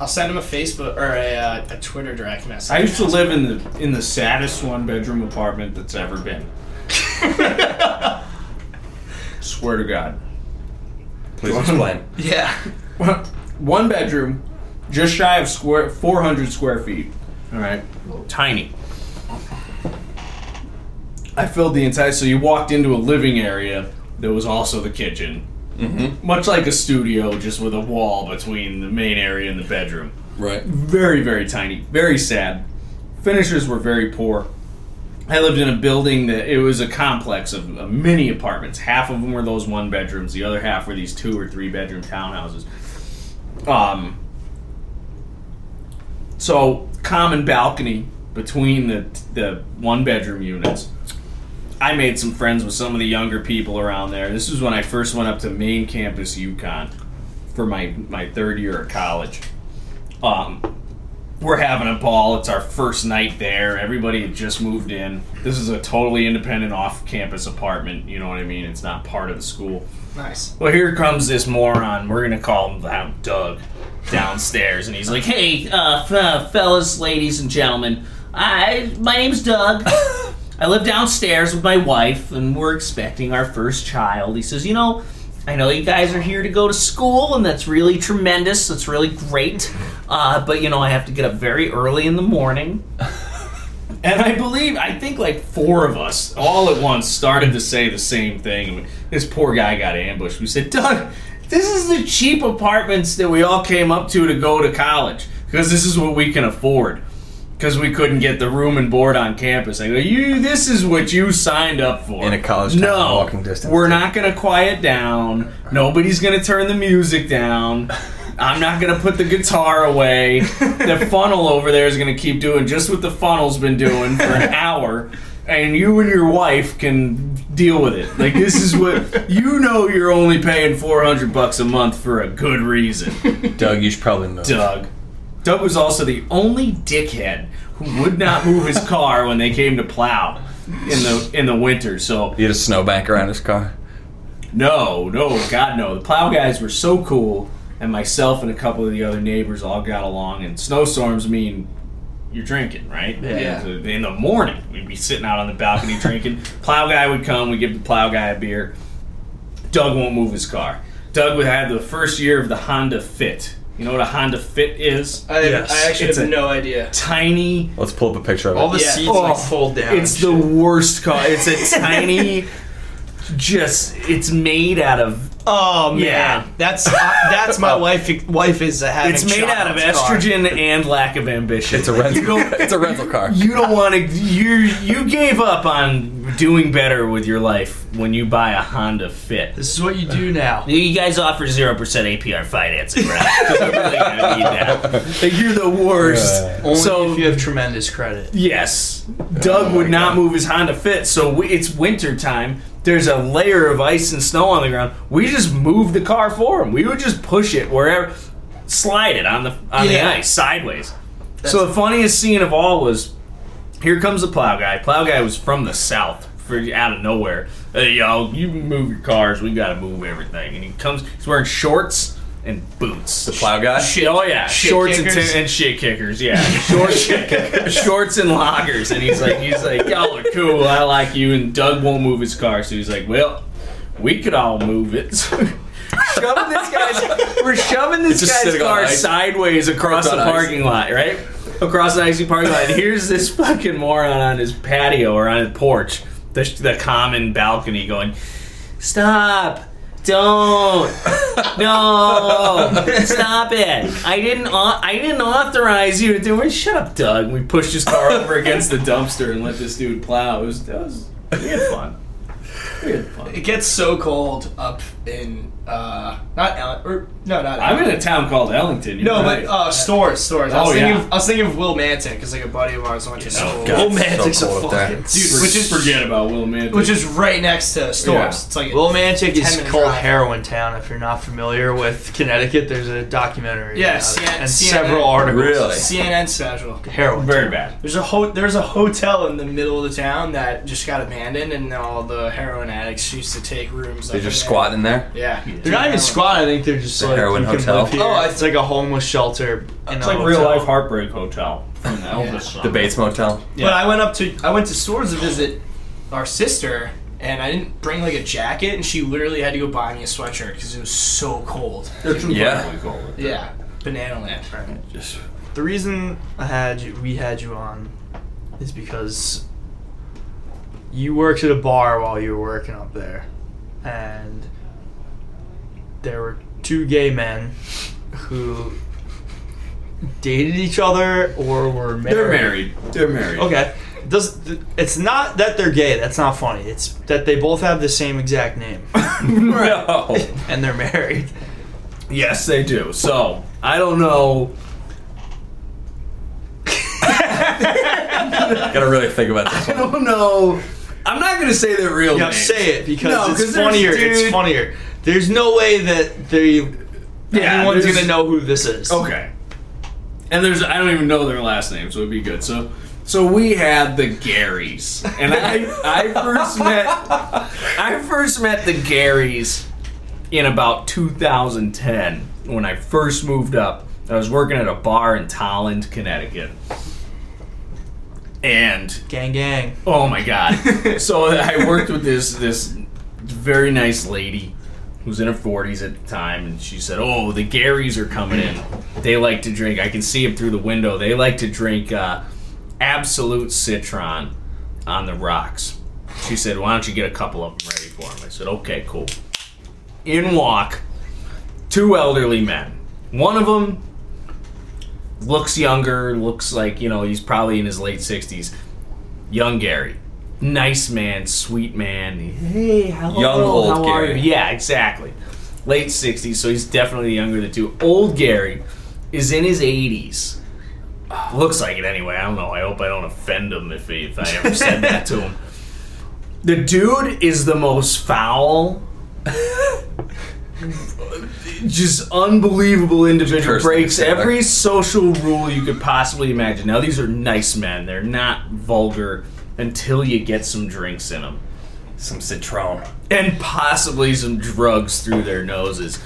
Speaker 4: I'll send him a Facebook or a, uh, a Twitter direct message.
Speaker 5: I used to live in the in the saddest one bedroom apartment that's ever been. Swear to God.
Speaker 2: Please explain.
Speaker 4: yeah.
Speaker 5: one bedroom, just shy of square 400 square feet. All right, tiny. I filled the entire. So you walked into a living area that was also the kitchen, mm-hmm. much like a studio, just with a wall between the main area and the bedroom.
Speaker 2: Right.
Speaker 5: Very, very tiny. Very sad. Finishers were very poor. I lived in a building that it was a complex of of many apartments. Half of them were those one bedrooms. The other half were these two or three bedroom townhouses. Um, so common balcony between the the one bedroom units. I made some friends with some of the younger people around there. This was when I first went up to main campus UConn for my my third year of college. Um, we're having a ball. It's our first night there. Everybody had just moved in. This is a totally independent off-campus apartment. You know what I mean? It's not part of the school.
Speaker 4: Nice.
Speaker 5: Well, here comes this moron. We're gonna call him um, Doug downstairs, and he's like, "Hey, uh, f- uh, fellas, ladies, and gentlemen, I my name's Doug. I live downstairs with my wife, and we're expecting our first child." He says, "You know." I know you guys are here to go to school, and that's really tremendous. That's really great. Uh, but, you know, I have to get up very early in the morning. And I believe, I think like four of us all at once started to say the same thing. This poor guy got ambushed. We said, Doug, this is the cheap apartments that we all came up to to go to college because this is what we can afford because we couldn't get the room and board on campus. I go, you, this is what you signed up for.
Speaker 2: In a college town,
Speaker 5: no,
Speaker 2: walking distance.
Speaker 5: We're not going to quiet down. Nobody's going to turn the music down. I'm not going to put the guitar away. The funnel over there is going to keep doing just what the funnel's been doing for an hour. And you and your wife can deal with it. Like this is what you know. You're only paying 400 bucks a month for a good reason.
Speaker 2: Doug, you should probably know.
Speaker 5: Doug. Doug was also the only dickhead who would not move his car when they came to plow in the in the winter. So
Speaker 2: He had a snowbank around his car.
Speaker 5: no, no, God no. The plow guys were so cool, and myself and a couple of the other neighbors all got along. And snowstorms mean you're drinking, right?
Speaker 3: Yeah.
Speaker 5: In the morning, we'd be sitting out on the balcony drinking. Plow guy would come. We give the plow guy a beer. Doug won't move his car. Doug would have the first year of the Honda Fit. You know what a Honda Fit is?
Speaker 4: I,
Speaker 3: Yes.
Speaker 4: I actually
Speaker 5: It's
Speaker 4: have
Speaker 5: a-
Speaker 4: no idea.
Speaker 5: tiny.
Speaker 2: Let's pull up a picture of it.
Speaker 3: all the
Speaker 4: Yeah.
Speaker 3: seats
Speaker 5: Oh,
Speaker 3: like fold down.
Speaker 5: It's the worst car. It's a tiny. Just it's made out of
Speaker 4: Oh man,
Speaker 5: Yeah.
Speaker 4: that's I- that's my wife. Wife is uh, having.
Speaker 5: it's made out of
Speaker 4: child's car.
Speaker 5: estrogen and lack of ambition.
Speaker 2: it's a rental. it's a rental car.
Speaker 5: You don't want to. You you gave up on doing better with your life when you buy a Honda Fit.
Speaker 3: this is what you do now.
Speaker 5: You guys offer zero percent APR financing, right? You're really gonna need that. Like, You're the worst.
Speaker 2: Uh,
Speaker 3: Only
Speaker 5: So-
Speaker 3: if you have tremendous credit.
Speaker 5: Yes. Doug
Speaker 2: Oh
Speaker 5: would not move his Honda Fit, so we, it's winter time. There's a layer of ice and snow on the ground. We just moved the car for him. We would just push it wherever, slide it on the on
Speaker 4: Yeah.
Speaker 5: the ice sideways. so the funniest scene of all was, here comes the plow guy. Plow guy was from the south, for, out of nowhere. Hey y'all, you move your cars. We gotta move everything. And he comes. He's wearing shorts and boots. The
Speaker 2: Plow guy.
Speaker 5: Shit. Oh yeah, shorts and,
Speaker 4: kickers?
Speaker 5: tin- and shit kickers. Yeah, shorts, shorts and loggers. And he's like, he's like, y'all are cool. I like you. And Doug won't move his car, so he's like, well, we could all move it. So shoving this guy's, we're shoving this
Speaker 2: just
Speaker 5: guy's
Speaker 2: sitting on
Speaker 5: car
Speaker 2: ice.
Speaker 5: sideways across
Speaker 2: It's
Speaker 5: the
Speaker 2: on ice.
Speaker 5: parking lot, right? Across the icy parking lot. And here's this fucking moron on his patio or on his porch, the, the common balcony, going, stop. Don't no stop it! I didn't au- I didn't authorize you to do it. Shut up, Doug. We pushed his car over against the dumpster and let this dude plow. It was, that was we had fun. We had fun.
Speaker 4: It gets so cold up in uh, not Al- or no, not.
Speaker 5: I'm
Speaker 4: Allen-
Speaker 5: in a town called Ellington. you're
Speaker 4: No,
Speaker 5: right.
Speaker 4: but uh, stores, stores. I was
Speaker 5: Oh,
Speaker 4: thinking,
Speaker 5: yeah.
Speaker 4: of, I was thinking of Will Manton because like a buddy of ours went to school,
Speaker 2: God.
Speaker 3: Old Mantic's
Speaker 2: so
Speaker 3: a
Speaker 2: cool with that.
Speaker 3: fucking
Speaker 4: dude,
Speaker 5: For-
Speaker 4: which is
Speaker 5: forget about Will Mantic.
Speaker 4: which is right next to stores.
Speaker 5: Yeah.
Speaker 4: It's like
Speaker 3: Will Mantic is
Speaker 4: 10-minute
Speaker 3: called
Speaker 4: drive.
Speaker 3: Heroin Town. If you're not familiar with Connecticut, there's a documentary.
Speaker 4: Yes,
Speaker 3: about it
Speaker 4: yeah,
Speaker 3: and
Speaker 4: CNN.
Speaker 3: several articles.
Speaker 2: Really?
Speaker 4: CNN special.
Speaker 3: Heroin.
Speaker 5: very bad.
Speaker 4: There's a ho- there's a hotel in the middle of the town that just got abandoned, and all the heroin addicts used to take rooms.
Speaker 2: They
Speaker 4: up
Speaker 2: just
Speaker 4: in
Speaker 2: squat in there.
Speaker 4: there. Yeah,
Speaker 3: They're not even squad. I think they're just
Speaker 2: The
Speaker 3: like
Speaker 2: heroin
Speaker 3: you can
Speaker 2: hotel?
Speaker 3: live here.
Speaker 4: Oh, I-
Speaker 3: it's like a homeless shelter. in
Speaker 5: It's
Speaker 3: a
Speaker 5: like real
Speaker 3: hotel.
Speaker 5: life heartbreak hotel from Elvis. song.
Speaker 2: The Bates Motel.
Speaker 5: Yeah.
Speaker 4: But I went up to I went to stores to visit our sister, and I didn't bring like a jacket, and she literally had to go buy me a sweatshirt because it was so cold.
Speaker 5: It's
Speaker 2: Yeah.
Speaker 5: incredibly cold.
Speaker 4: Yeah, Banana Land.
Speaker 2: Just
Speaker 3: The reason I had you, we had you on is because you worked at a bar while you were working up there, and there were two gay men who dated each other or were married.
Speaker 5: They're married. They're married.
Speaker 3: Okay. Does it's not that they're gay. That's not funny. It's that they both have the same exact name
Speaker 5: no.
Speaker 3: and they're married.
Speaker 5: Yes, they do. So I don't know.
Speaker 2: gotta really think about
Speaker 5: I
Speaker 2: this. One.
Speaker 5: don't know. I'm not gonna say their real
Speaker 3: Yeah,
Speaker 5: names.
Speaker 3: say it because
Speaker 5: No,
Speaker 3: it's
Speaker 5: 'cause there's
Speaker 3: funnier. It's
Speaker 5: dude-
Speaker 3: funnier. There's no way that they
Speaker 5: Yeah,
Speaker 3: anyone's
Speaker 5: there's-
Speaker 3: gonna know who this is.
Speaker 5: Okay. And there's I don't even know their last names, so it'd be good. So so we had the Garys. And I I first met I first met the Garys in about 2010 when I first moved up. I was working at a bar in Tolland, Connecticut. And
Speaker 3: Gang gang.
Speaker 5: Oh my god! so I worked with this this very nice lady who's in her forties at the time, and she said, "Oh, the Garys are coming in. They like to drink. I can see them through the window. They like to drink uh, Absolute Citron on the rocks." She said, "Why don't you get a couple of them ready for them?" I said, "Okay, cool." In walk two elderly men. One of them looks younger, looks like you know he's probably in his late sixties young Gary. Nice man, sweet man. Hey, hello,
Speaker 2: Young old
Speaker 5: how are
Speaker 2: Gary.
Speaker 5: you? Yeah, exactly. Late 60s, so he's definitely younger than two. Old Gary is in his 80s. Looks like it anyway. I don't know. I hope I don't offend him if, he, if I ever said that to him. The dude is the most foul, just unbelievable individual.
Speaker 2: Cursed
Speaker 5: Breaks
Speaker 2: things, yeah.
Speaker 5: every social rule you could possibly imagine. Now these are nice men; they're not vulgar until you get some drinks in them
Speaker 2: Some citron.
Speaker 5: and possibly some drugs through their noses.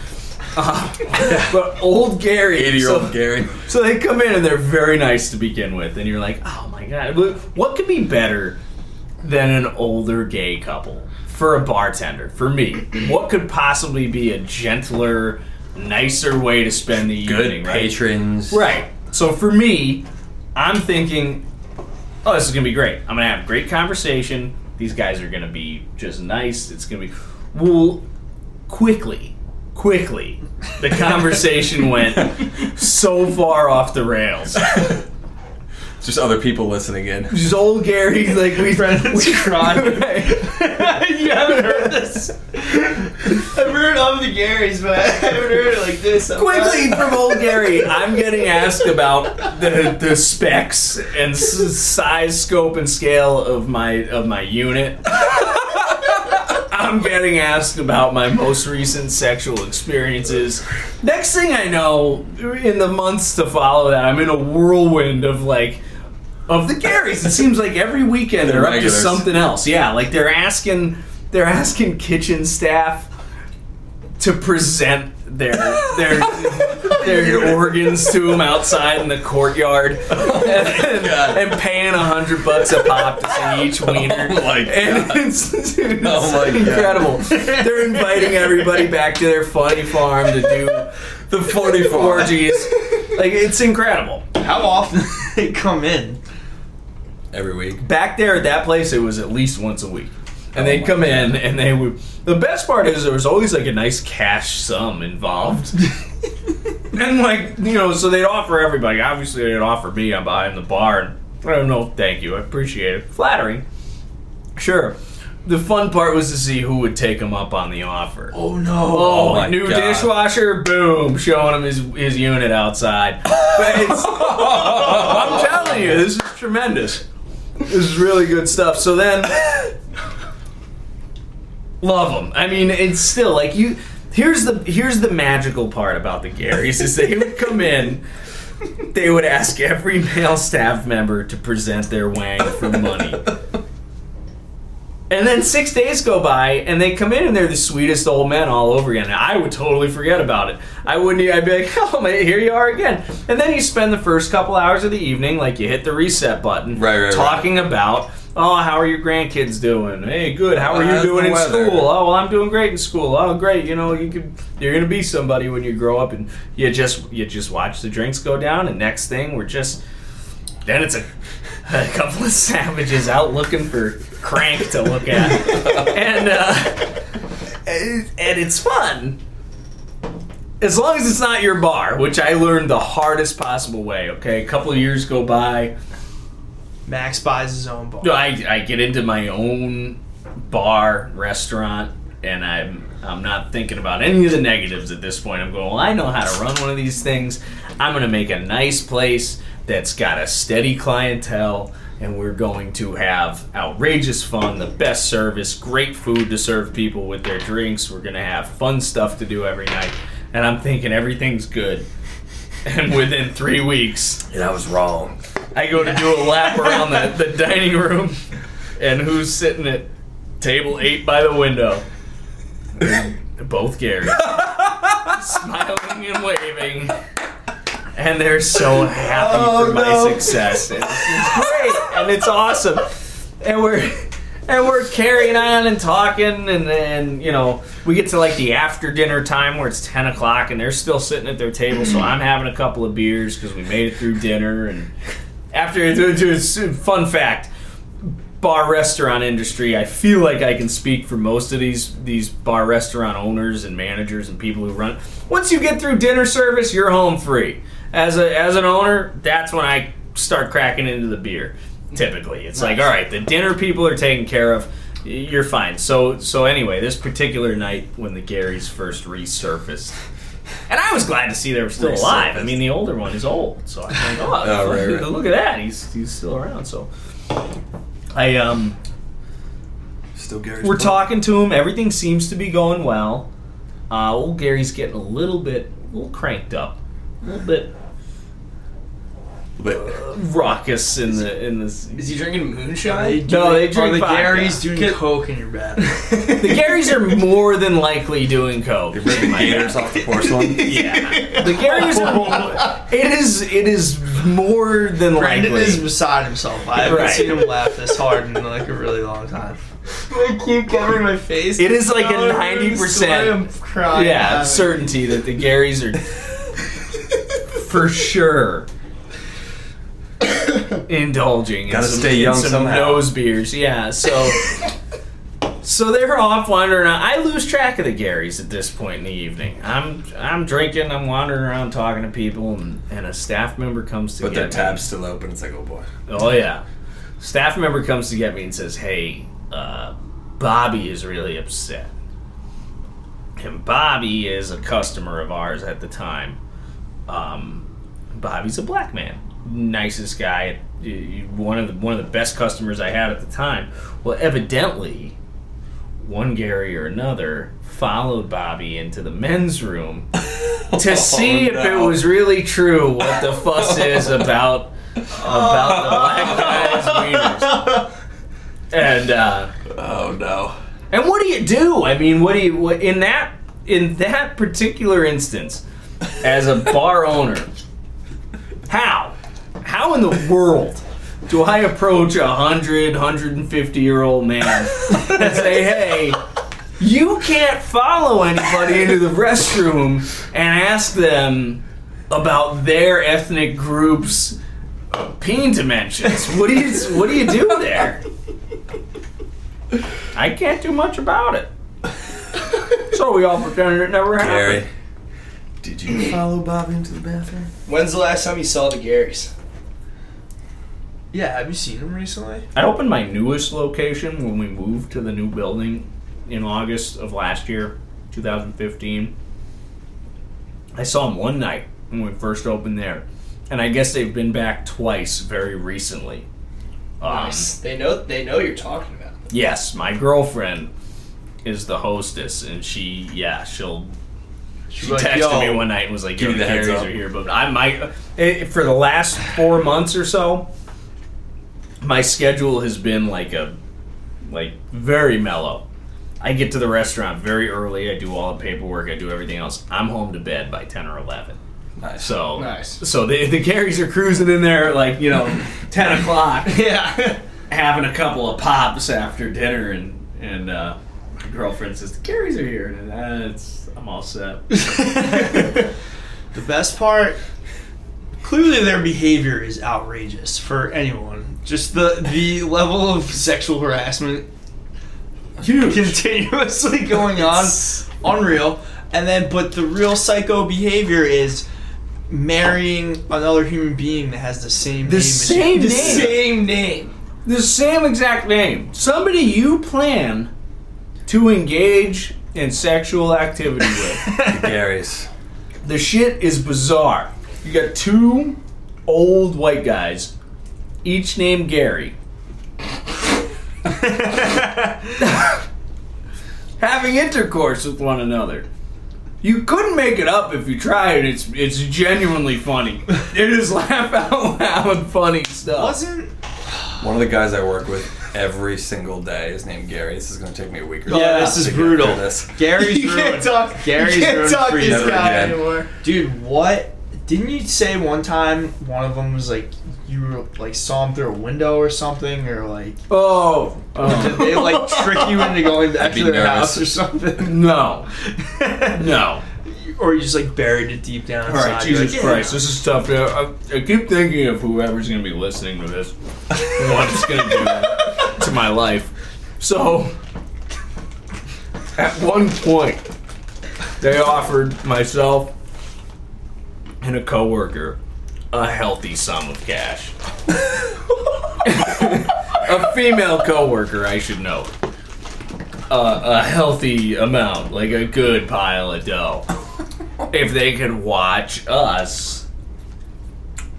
Speaker 5: Uh, but old Gary,
Speaker 2: Eighty-year-old
Speaker 5: so-
Speaker 2: Gary.
Speaker 5: so they come in and they're very nice to begin with, and you're like, oh my god, wh- what could be better than an older gay couple for a bartender? For me, what could possibly be a gentler, nicer way to spend the evening?
Speaker 2: Good
Speaker 5: right?
Speaker 2: patrons.
Speaker 5: Right. So for me, I'm thinking, oh, this is gonna be great. I'm gonna have great conversation. These guys are gonna be just nice. It's gonna be well. Quickly, quickly, the conversation went so far off the rails.
Speaker 2: Just other people listening in.
Speaker 5: Just old Gary, like we
Speaker 3: Brendan's
Speaker 5: we-
Speaker 3: crying.
Speaker 4: you haven't heard this. I've heard of the Garys, but I haven't heard it like this.
Speaker 5: Quickly from old Gary, I'm getting asked about the, the specs and s- size, scope, and scale of my of my unit. I'm getting asked about my most recent sexual experiences. Next thing I know, in the months to follow that, I'm in a whirlwind of like of the Garys. It seems like every weekend they're, up
Speaker 2: regulars.
Speaker 5: to something else. Yeah, like they're asking they're asking kitchen staff to present their their their organs to them outside in the courtyard
Speaker 2: Oh
Speaker 5: and, and paying a hundred bucks a pop to see each wiener.
Speaker 2: Oh my
Speaker 5: And
Speaker 2: God.
Speaker 5: it's, it's
Speaker 2: Oh my God.
Speaker 5: incredible. They're inviting everybody back to their funny farm to do
Speaker 2: The 44.
Speaker 5: orgies. Like it's incredible.
Speaker 3: How often they come in?
Speaker 2: Every week.
Speaker 5: back there at that place, it was at least once a week.
Speaker 2: Oh
Speaker 5: And they'd come in and they would. The best part is there was always like a nice cash sum involved. and like, you know, so they'd offer everybody. Obviously, they'd offer me. I'm behind the bar. And I don't know, thank you. I appreciate it. Flattering. Sure. the fun part was to see who would take him up on the offer.
Speaker 3: Oh no.
Speaker 5: Oh,
Speaker 2: my
Speaker 5: new
Speaker 2: God.
Speaker 5: dishwasher, boom, showing him his, his unit outside. But it's- I'm telling you, this is tremendous. This is really good stuff. So then, love him. I mean, it's still like you. Here's the here's the magical part about the Garys is they would come in, they would ask every male staff member to present their wang for money. And then six days go by, and they come in, and they're the sweetest old men all over again. And I would totally forget about it. I wouldn't. e- I'd be like, "Oh, mate, here you are again." And then you spend the first couple hours of the evening, like you hit the reset button,
Speaker 2: Right, right, right.
Speaker 5: talking about, "Oh, how are your grandkids doing? Hey, good. How are you
Speaker 2: How's the
Speaker 5: doing in
Speaker 2: weather?"
Speaker 5: school? Oh, well, I'm doing great in school. Oh, great. You know, you could, you're gonna be somebody when you grow up, and you just, you just watch the drinks go down, and next thing we're just, then it's a a couple of savages out looking for crank to look at, and uh, and and it's fun. As long as it's not your bar, which I learned the hardest possible way. Okay, a couple of years go by.
Speaker 3: Max buys his own bar.
Speaker 5: No, I, I get into my own bar restaurant, and I'm I'm not thinking about any of the negatives at this point. I'm going, well, I know how to run one of these things. I'm going to make a nice place that's got a steady clientele, and we're going to have outrageous fun, the best service, great food to serve people with their drinks. We're going to have fun stuff to do every night, and I'm thinking everything's good. And within three weeks,
Speaker 2: And I was wrong.
Speaker 5: I go to do a lap around the, the dining room, and who's sitting at table eight by the window? Both Gary. Smiling and waving. And they're so happy for my success. And this is great. And it's awesome. And we're and we're carrying on and talking and then you know we get to like the after dinner time where it's 10 o'clock and they're still sitting at their table so i'm having a couple of beers because we made it through dinner and after to- to- fun fact bar restaurant industry i feel like i can speak for most of these these bar restaurant owners and managers and people who run once you get through dinner service you're home free as a as an owner that's when i start cracking into the beer typically it's like all right the dinner people are taken care of you're fine so so anyway this particular night when the garys first resurfaced and I was glad to see they were still alive. I mean, the older one is old, so I think, oh,
Speaker 2: Oh, right, right.
Speaker 5: look at that, he's he's still around. So I um,
Speaker 2: Still Gary's.
Speaker 5: we're talking to him. Everything seems to be going well. Uh, old Gary's getting a little bit, a little cranked up, a little bit
Speaker 2: But
Speaker 5: raucous in the in this.
Speaker 4: Is he drinking moonshine?
Speaker 5: No, they
Speaker 3: Are
Speaker 5: drink
Speaker 3: the
Speaker 5: vodka.
Speaker 3: Garys doing coke in your bed?
Speaker 5: The Garys are more than likely doing coke.
Speaker 2: ripping gators off the porcelain.
Speaker 5: Yeah, the Garys. Are, it is. It is more than
Speaker 3: Brandon
Speaker 5: likely.
Speaker 3: is beside himself. I haven't
Speaker 5: Right.
Speaker 3: seen him laugh this hard in like a really long time.
Speaker 4: I keep covering my face.
Speaker 5: It is like a
Speaker 4: Oh,
Speaker 5: 90%.
Speaker 4: I'm crying.
Speaker 5: yeah,
Speaker 4: I'm-
Speaker 5: certainty that the Garys are for sure indulging.
Speaker 2: Gotta
Speaker 5: in some,
Speaker 2: stay
Speaker 5: in
Speaker 2: young
Speaker 5: some
Speaker 2: somehow.
Speaker 5: Nose beers, yeah. So, so they're off wandering. around. I lose track of the Garys at this point in the evening. I'm I'm drinking. I'm wandering around talking to people, and, and a staff member comes to
Speaker 2: But
Speaker 5: get
Speaker 2: their
Speaker 5: me.
Speaker 2: tab's still open. It's like, oh boy.
Speaker 5: Oh yeah. Staff member comes to get me and says, "Hey, uh, Bobby is really upset." And Bobby is a customer of ours at the time. Um, Bobby's a black man, nicest guy, y- y- one of the one of the best customers I had at the time. Well, evidently, one Gary or another followed Bobby into the men's room to see
Speaker 2: Oh,
Speaker 5: if it
Speaker 2: no.
Speaker 5: was really true what the fuss is about about the black guy's wieners. And uh,
Speaker 2: Oh no.
Speaker 5: and what do you do? I mean, what do you what, in that in that particular instance as a bar owner? How how in the world do I approach a 100 150 year old man and say, "Hey, you can't follow anybody into the restroom and ask them about their ethnic group's peen dimensions. What do you what do you do there? I can't do much about it. So we all pretended it never happened.
Speaker 2: Gary, did you follow Bob into the bathroom?
Speaker 4: When's the last time you saw the Garys?
Speaker 3: Yeah, have you seen him recently?
Speaker 5: I opened my newest location when we moved to the new building in August of last year, 2015. I saw him one night when we first opened there, and I guess they've been back twice very recently. Um,
Speaker 4: Nice. They know they know you're talking about. them.
Speaker 5: Yes, my girlfriend is the hostess, and she, yeah, she'll. She
Speaker 3: like,
Speaker 5: texted
Speaker 3: "Yo,
Speaker 5: me one night and was like,
Speaker 2: give
Speaker 5: "Yo,
Speaker 2: me
Speaker 5: the
Speaker 2: the heads
Speaker 5: Carrie's
Speaker 2: up."
Speaker 5: are here," but I might eh, for the last four months or so. My schedule has been like a, like very mellow. I get to the restaurant very early. I do all the paperwork. I do everything else. I'm home to bed by ten or eleven.
Speaker 2: Nice.
Speaker 5: So
Speaker 4: Nice.
Speaker 5: So the the Carries are cruising in there like you know ten o'clock
Speaker 4: Yeah.
Speaker 5: having a couple of pops after dinner, and and uh, my girlfriend says the Carries are here, and uh, it's I'm all set.
Speaker 3: The best part, clearly their behavior is outrageous for anyone. Just the the level of sexual harassment continuously going on, unreal. And then, but the real psycho behavior is marrying another human being that has the same name. as you.
Speaker 5: same
Speaker 4: the
Speaker 5: name.
Speaker 4: same name.
Speaker 5: The same exact name. Somebody you plan to engage in sexual activity with.
Speaker 2: Gary's.
Speaker 5: the shit is bizarre. You got two old white guys, each named Gary. having intercourse with one another. You couldn't make it up if you tried. It's it's genuinely funny. It is laugh out loud funny stuff.
Speaker 3: Wasn't
Speaker 2: One of the guys I work with every single day is named Gary. This is going to take me a week or
Speaker 3: Yeah, this
Speaker 2: to
Speaker 3: is
Speaker 2: get through
Speaker 3: brutal.
Speaker 2: This.
Speaker 3: Gary's
Speaker 4: You
Speaker 3: ruined.
Speaker 4: can't talk.
Speaker 3: Gary's
Speaker 4: you can't
Speaker 3: ruined
Speaker 4: talk
Speaker 3: for
Speaker 4: this
Speaker 3: you.
Speaker 2: Never
Speaker 4: guy
Speaker 2: again.
Speaker 4: anymore.
Speaker 3: Dude, what? Didn't you say one time one of them was like you were, like saw him through a window or something or like
Speaker 5: Oh,
Speaker 3: did
Speaker 5: oh.
Speaker 3: they like trick you into going back
Speaker 2: I'd be
Speaker 3: to their
Speaker 2: nervous.
Speaker 3: house or something?
Speaker 5: no, no.
Speaker 3: or you just like buried it deep down
Speaker 5: All
Speaker 3: inside.
Speaker 5: right,
Speaker 3: You're
Speaker 5: Jesus
Speaker 3: like,
Speaker 5: Christ, this is tough. I, I, I keep thinking of whoever's going to be listening to this, what it's going to do to my life. So, at one point, they offered myself and a coworker a healthy sum of cash. a female coworker, I should note. Uh, a healthy amount, like a good pile of dough if they could watch us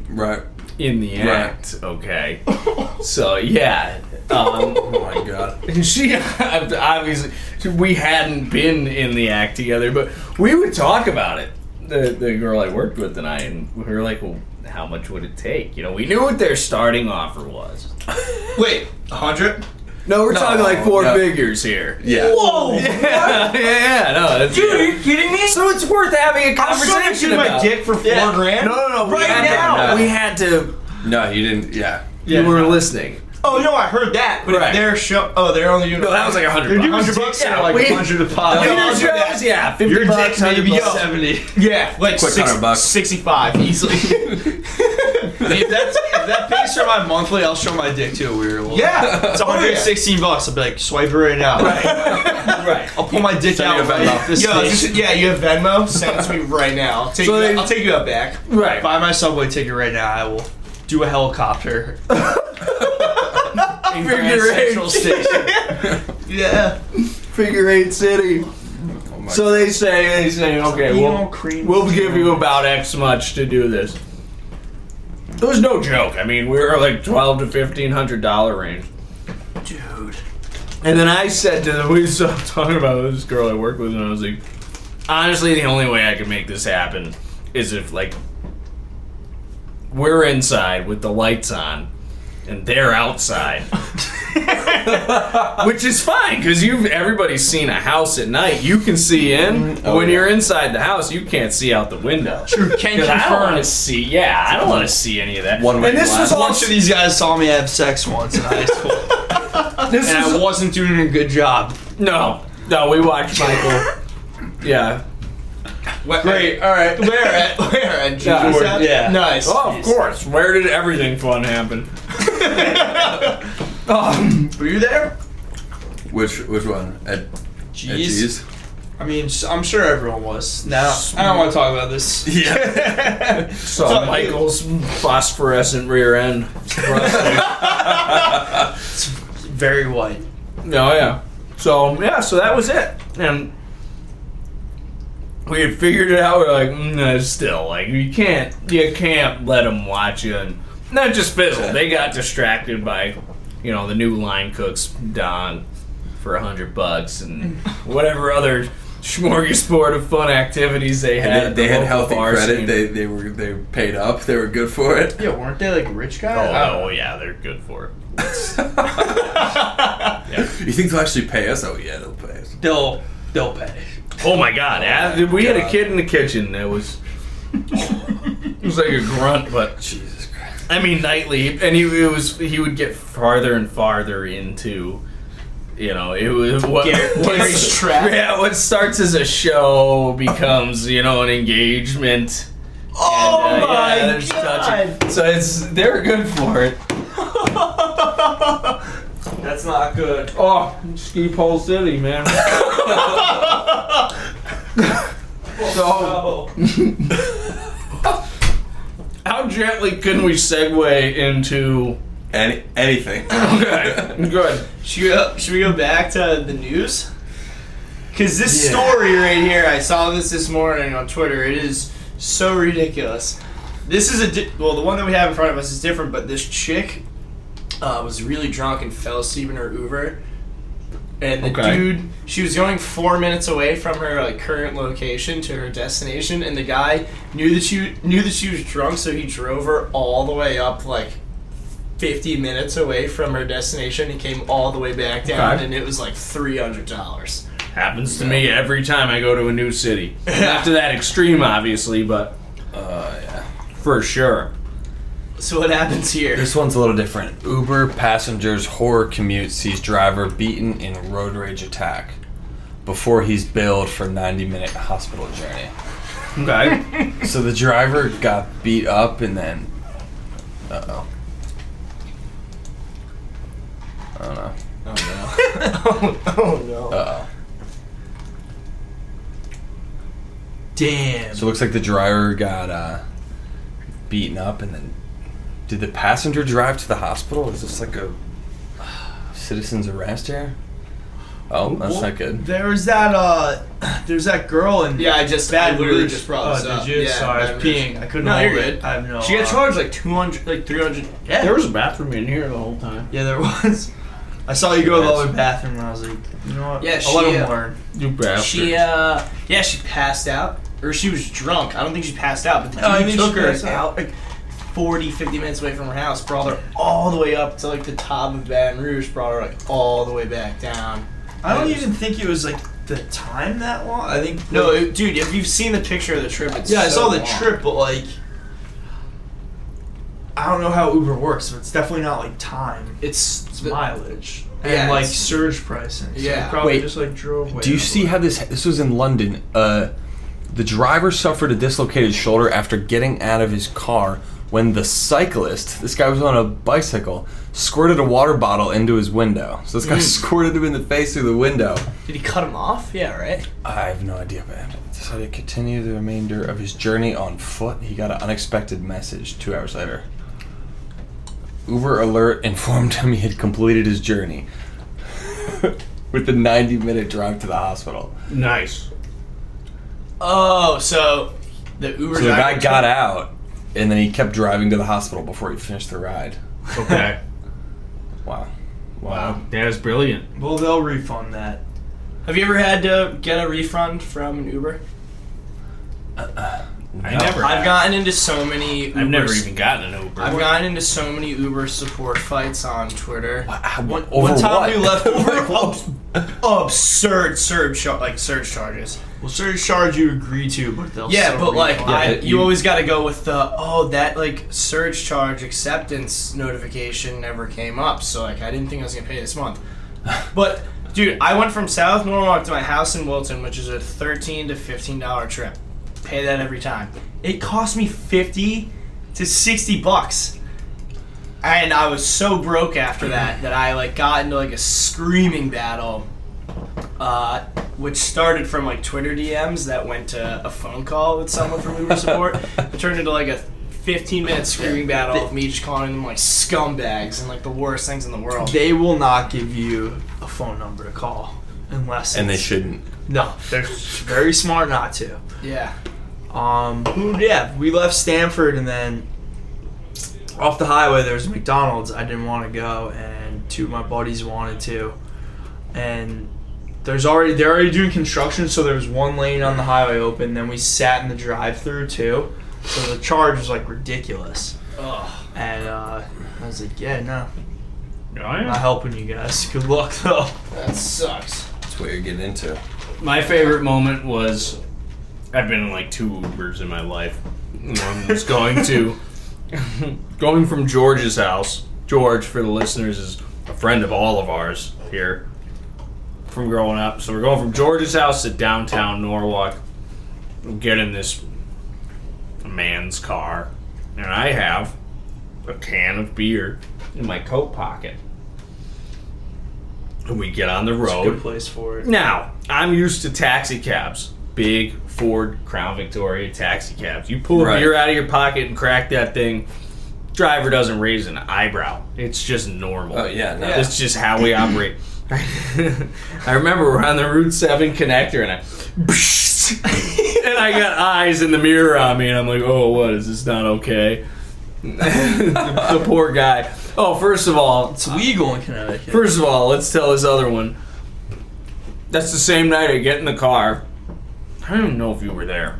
Speaker 2: Right.
Speaker 5: in the act, okay? so yeah, um,
Speaker 2: Oh my god.
Speaker 5: and she obviously we hadn't been in the act together, but we would talk about it. The the girl I worked with and I, and we were like, well, how much would it take? You know, we knew what their starting offer was.
Speaker 4: Wait, a hundred?
Speaker 5: No, we're talking like four
Speaker 2: no.
Speaker 5: figures here.
Speaker 2: Yeah.
Speaker 4: Whoa!
Speaker 5: Yeah, yeah, no, that's,
Speaker 4: kidding me?
Speaker 5: So it's worth having a
Speaker 4: I'm still
Speaker 5: conversation
Speaker 4: shooting my
Speaker 5: about.
Speaker 4: dick for four
Speaker 3: Yeah.
Speaker 4: grand.
Speaker 5: No, no, no. We
Speaker 4: Right
Speaker 5: had to-
Speaker 4: now.
Speaker 5: we had to.
Speaker 2: No, you didn't. Yeah.
Speaker 5: you were listening.
Speaker 4: Oh no, I heard that. But
Speaker 5: Right.
Speaker 4: if they're show. Oh, they're only doing.
Speaker 5: No, that was like a
Speaker 4: They're
Speaker 5: hundred
Speaker 4: doing
Speaker 5: bucks.
Speaker 4: hundred bucks.
Speaker 5: Yeah,
Speaker 4: Yeah, like
Speaker 5: we-
Speaker 4: a hundred to pop.
Speaker 5: Peter
Speaker 4: No, I'll do that.
Speaker 5: Jones, yeah, fifty
Speaker 4: Your
Speaker 5: bucks,
Speaker 4: dick's
Speaker 5: hundred
Speaker 4: maybe
Speaker 5: bucks.
Speaker 4: seventy. Yeah, like
Speaker 2: Quick
Speaker 4: six,
Speaker 2: 100 bucks.
Speaker 4: sixty-five easily.
Speaker 3: if that's if that pays for my monthly, I'll show my dick to a weird one.
Speaker 4: yeah,
Speaker 3: It's 116 bucks. I'll be like, swipe it right now.
Speaker 5: Right.
Speaker 3: I'll pull my dick
Speaker 2: Send me
Speaker 3: out.
Speaker 2: a
Speaker 3: Right
Speaker 2: Venmo.
Speaker 3: this
Speaker 4: Yo,
Speaker 3: thing.
Speaker 4: just, yeah, you have Venmo. Send it to me right now. I'll take,
Speaker 5: So
Speaker 4: you,
Speaker 5: they-
Speaker 4: I'll take you out back.
Speaker 5: Right.
Speaker 3: buy my subway ticket right now. I will do a helicopter. in Grand
Speaker 5: Figure eight.
Speaker 3: Central Station.
Speaker 4: Yeah.
Speaker 5: Figure eight city.
Speaker 2: Oh my
Speaker 5: So they say, they say, okay, we'll, we'll give you about X much to do this. It was no joke. I mean, we were like twelve to fifteen hundred dollar range.
Speaker 4: Dude.
Speaker 5: And then I said to them, we stopped talking about this girl I work with, and I was like, honestly, the only way I can make this happen is if, like, we're inside with the lights on and they're outside. Which is fine because you've everybody's seen a house at night. You can see in. but when
Speaker 2: yeah.
Speaker 5: you're inside the house, you can't see out the window.
Speaker 4: Can
Speaker 5: 'Cause I don't want
Speaker 4: confirm.
Speaker 5: to see. Yeah, I don't want to see any of that.
Speaker 2: One-way
Speaker 5: and this was
Speaker 2: glass.
Speaker 5: all.
Speaker 3: bunch of these guys saw me have sex once in high school,
Speaker 5: This
Speaker 3: and
Speaker 5: was
Speaker 3: I wasn't doing a good job.
Speaker 5: no, no. We watched Michael. yeah.
Speaker 4: Great. All right. Where at? Where at? Ginger
Speaker 5: Jordan,
Speaker 4: Town?
Speaker 3: yeah.
Speaker 4: Nice.
Speaker 5: Oh, of course. Where did everything fun happen? um,
Speaker 4: Were you there?
Speaker 2: Which which one? At, at
Speaker 3: Jeez.
Speaker 2: G's?
Speaker 3: I mean, s- I'm sure everyone was. Now, I don't want to talk about this.
Speaker 2: Yeah.
Speaker 5: Saw
Speaker 3: So-
Speaker 5: Michael's phosphorescent rear end.
Speaker 3: Very white.
Speaker 5: No, Oh, yeah. So yeah, so that was it, and we had figured it out. We're like, mm, no, still, like you can't, you can't let them watch you, and not just fizzle. They got distracted by, you know, the new line cooks Don for a hundred bucks and whatever other smorgasbord of fun activities they had.
Speaker 2: And
Speaker 5: at
Speaker 2: they, they
Speaker 5: the
Speaker 2: had
Speaker 5: local
Speaker 2: healthy
Speaker 5: bar
Speaker 2: credit.
Speaker 5: scene.
Speaker 2: They, they were they were paid up. They were good for it.
Speaker 3: Yeah, weren't they like rich
Speaker 5: oh,
Speaker 3: guys?
Speaker 5: oh, yeah, they're good for it. Yeah.
Speaker 2: You think they'll actually pay us? Oh yeah, they'll pay us.
Speaker 3: They'll they'll pay.
Speaker 5: Oh my god! Ad- we had a kid in the kitchen that was. it was like a grunt, but
Speaker 2: Jesus Christ.
Speaker 5: I mean nightly, and he it was he would get farther and farther into, you know, it was what
Speaker 4: Gary-
Speaker 5: what-
Speaker 4: Gary's trap.
Speaker 5: Yeah, what starts as a show becomes you know an engagement.
Speaker 3: Oh
Speaker 5: And, uh,
Speaker 3: my
Speaker 5: yeah, there's
Speaker 3: god!
Speaker 5: touching. So it's they're good for it.
Speaker 3: That's not good.
Speaker 5: Oh, ski pole city, man. so.
Speaker 3: Oh.
Speaker 5: How gently can we segue into?
Speaker 2: Any anything?
Speaker 5: Okay, good.
Speaker 4: Should we go, should we go back to the news? Because this story right here, I saw this this morning on Twitter. It is so ridiculous. This is a di- well, the one that we have in front of us is different, but this chick uh, was really drunk and fell asleep in her Uber, and the
Speaker 5: Okay.
Speaker 4: dude she was going four minutes away from her like current location to her destination, and the guy knew that she knew that she was drunk, so he drove her all the way up like 50 minutes away from her destination and came all the way back down
Speaker 5: Okay.
Speaker 4: and it was like $300
Speaker 5: Happens to me every time I go to a new city. Not to that extreme, obviously, but
Speaker 4: Oh,
Speaker 2: Uh, yeah.
Speaker 5: for sure.
Speaker 4: so what happens here
Speaker 2: This one's a little different. Uber passengers horror commute sees driver beaten in road rage attack before he's billed for 90 minute hospital journey.
Speaker 5: Okay.
Speaker 2: So the driver got beat up and then. Uh oh. I don't know.
Speaker 4: oh no
Speaker 2: Uh oh.
Speaker 3: Damn.
Speaker 2: So it looks like the driver got uh, beaten up and then. Did the passenger drive to the hospital? Is this like a uh, citizen's arrest here? Oh, that's not good.
Speaker 3: There was that uh, there's that girl in
Speaker 4: yeah i just i
Speaker 3: Bad
Speaker 4: literally
Speaker 3: News.
Speaker 4: just brought
Speaker 3: Oh,
Speaker 4: this
Speaker 3: did
Speaker 4: up
Speaker 3: you?
Speaker 4: yeah,
Speaker 3: Sorry, I
Speaker 4: Bad
Speaker 3: was
Speaker 4: News.
Speaker 3: peeing. I couldn't
Speaker 4: no
Speaker 3: hold
Speaker 4: you're
Speaker 3: it.
Speaker 4: good
Speaker 3: I have no.
Speaker 4: she got
Speaker 3: uh,
Speaker 4: charged like 200 like 300 yeah
Speaker 5: there was a bathroom in here the whole time.
Speaker 3: Yeah, there was. I saw you go to the other bathroom, and I was like, you know what?
Speaker 4: Yeah,
Speaker 3: I'll let
Speaker 4: she,
Speaker 3: him
Speaker 4: uh,
Speaker 3: learn.
Speaker 5: You bastard.
Speaker 4: she uh yeah she passed out or she was drunk i don't think she passed out but the dude
Speaker 3: Oh, I mean,
Speaker 4: took
Speaker 3: she
Speaker 4: her
Speaker 3: passed
Speaker 4: out
Speaker 3: out.
Speaker 4: like 40 50 minutes away from her house brought her all the way up to like the top of baton rouge brought her like all the way back down
Speaker 3: I don't even think it was like the time that long. I think
Speaker 4: No,
Speaker 3: like-
Speaker 4: it, dude, if you've seen the picture of the trip, it's
Speaker 3: yeah, I
Speaker 4: so
Speaker 3: saw the
Speaker 4: long.
Speaker 3: trip, but like, I don't know how Uber works, but it's definitely not like time.
Speaker 4: It's,
Speaker 3: It's
Speaker 4: the-
Speaker 3: mileage and
Speaker 4: Yeah,
Speaker 3: like
Speaker 4: it's-
Speaker 3: surge pricing. So
Speaker 4: Yeah.
Speaker 3: yeah, probably
Speaker 2: Wait,
Speaker 3: just like drove. way
Speaker 2: Do you
Speaker 3: over.
Speaker 2: see how this this was in London? Uh, the driver suffered a dislocated shoulder after getting out of his car when the cyclist, this guy was on a bicycle, squirted a water bottle into his window. So this guy squirted him in the face through the window.
Speaker 4: Did he cut him off? Yeah, right.
Speaker 2: I have no idea, man. Decided to continue the remainder of his journey on foot. He got an unexpected message two hours later. Uber alert informed him he had completed his journey with the 90 minute drive to the hospital.
Speaker 5: nice.
Speaker 4: Oh, so the Uber
Speaker 2: So the
Speaker 4: driver
Speaker 2: guy got out, and then he kept driving to the hospital before he finished the ride.
Speaker 5: Okay.
Speaker 2: Wow.
Speaker 5: wow, that was brilliant.
Speaker 3: Well, they'll refund that.
Speaker 4: Have you ever had to get a refund from an Uber?
Speaker 5: I never.
Speaker 4: I've gotten into so many.
Speaker 5: I've never
Speaker 4: Ubers-
Speaker 5: even gotten an Uber.
Speaker 4: I've gotten into so many Uber support fights on Twitter.
Speaker 2: Wow.
Speaker 4: One-
Speaker 2: Over
Speaker 4: one time
Speaker 2: what?
Speaker 4: we left
Speaker 2: Over
Speaker 4: for-
Speaker 2: what?
Speaker 4: Absurd surge, char- like surge charges.
Speaker 3: Well, surge charge you agree to, but they'll
Speaker 4: Yeah,
Speaker 3: still
Speaker 4: but like
Speaker 3: refund.
Speaker 4: I,
Speaker 2: Yeah,
Speaker 4: you,
Speaker 2: but you-
Speaker 4: always got to go with the oh that like surge charge acceptance notification never came up, so like I didn't think I was gonna pay this month. But dude, I went from South Norwalk to my house in Wilton, which is a thirteen to fifteen dollar trip. Pay that every time. It cost me fifty to sixty bucks. And I was so broke after that that I like got into like a screaming battle uh, which started from like Twitter DMs that went to a phone call with someone from Uber support. it turned into like a 15 minute screaming battle of me just calling them like scumbags and like the worst things in the world.
Speaker 3: They will not give you a phone number to call unless
Speaker 2: and they
Speaker 3: it's-
Speaker 2: shouldn't.
Speaker 3: No, they're very smart not to.
Speaker 4: yeah.
Speaker 3: Um, yeah, we left Stanford and then off the highway there was a McDonald's. I didn't want to go, and two of my buddies wanted to. And there's already they're already doing construction, so there was one lane on the highway open. Then we sat in the drive-through too, so the charge was like ridiculous.
Speaker 4: Ugh.
Speaker 3: And uh, I was like, yeah, no,
Speaker 5: Oh,
Speaker 3: not
Speaker 5: yeah.
Speaker 3: helping you guys. Good luck though.
Speaker 4: That sucks.
Speaker 2: That's what you're getting into.
Speaker 5: My favorite moment was I've been in like two Ubers in my life. One was going to going from George's house. George, for the listeners, is a friend of all of ours here from growing up. So we're going from George's house to downtown Norwalk. We get in this man's car, and I have a can of beer in my coat pocket. And we get on the road.
Speaker 3: Good place for it.
Speaker 5: Now, I'm used to taxi cabs. Big Ford Crown Victoria taxi cabs. You pull
Speaker 2: Right.
Speaker 5: a beer out of your pocket and crack that thing. Driver doesn't raise an eyebrow. It's just normal.
Speaker 2: Oh yeah, no.
Speaker 5: That's just how we operate. I remember we're on the Route 7 connector and I and I got eyes in the mirror on me and I'm like, oh what, is this not okay? the, the poor guy. Oh, first of all,
Speaker 3: It's legal in Connecticut.
Speaker 5: First of all, let's tell this other one. That's the same night I get in the car. I don't even know if you were there.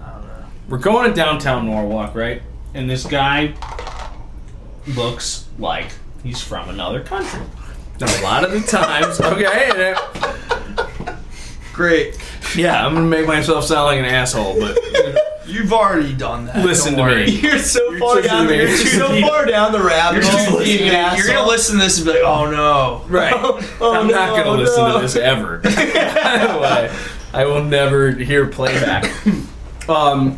Speaker 3: I don't know.
Speaker 5: We're going to downtown Norwalk, right? And this guy looks like he's from another country. Now, a lot of the times, okay, and it-
Speaker 3: Great.
Speaker 5: yeah, I'm gonna make myself sound like an asshole, but
Speaker 3: You've already done that.
Speaker 5: listen
Speaker 3: Don't
Speaker 5: to
Speaker 3: worry.
Speaker 5: me.
Speaker 4: You're so
Speaker 3: You're
Speaker 4: far
Speaker 3: such
Speaker 4: down
Speaker 3: an
Speaker 4: the, you're
Speaker 3: idiot.
Speaker 4: so far down the rabbit
Speaker 3: You're
Speaker 4: hole.
Speaker 3: too
Speaker 4: you
Speaker 3: deep. You're gonna
Speaker 4: asshole.
Speaker 3: listen to this and be like, "Oh no!"
Speaker 5: Right.
Speaker 4: Oh,
Speaker 5: I'm not
Speaker 4: no,
Speaker 5: going to listen
Speaker 4: no.
Speaker 5: to this ever. I, I will never hear playback. Um,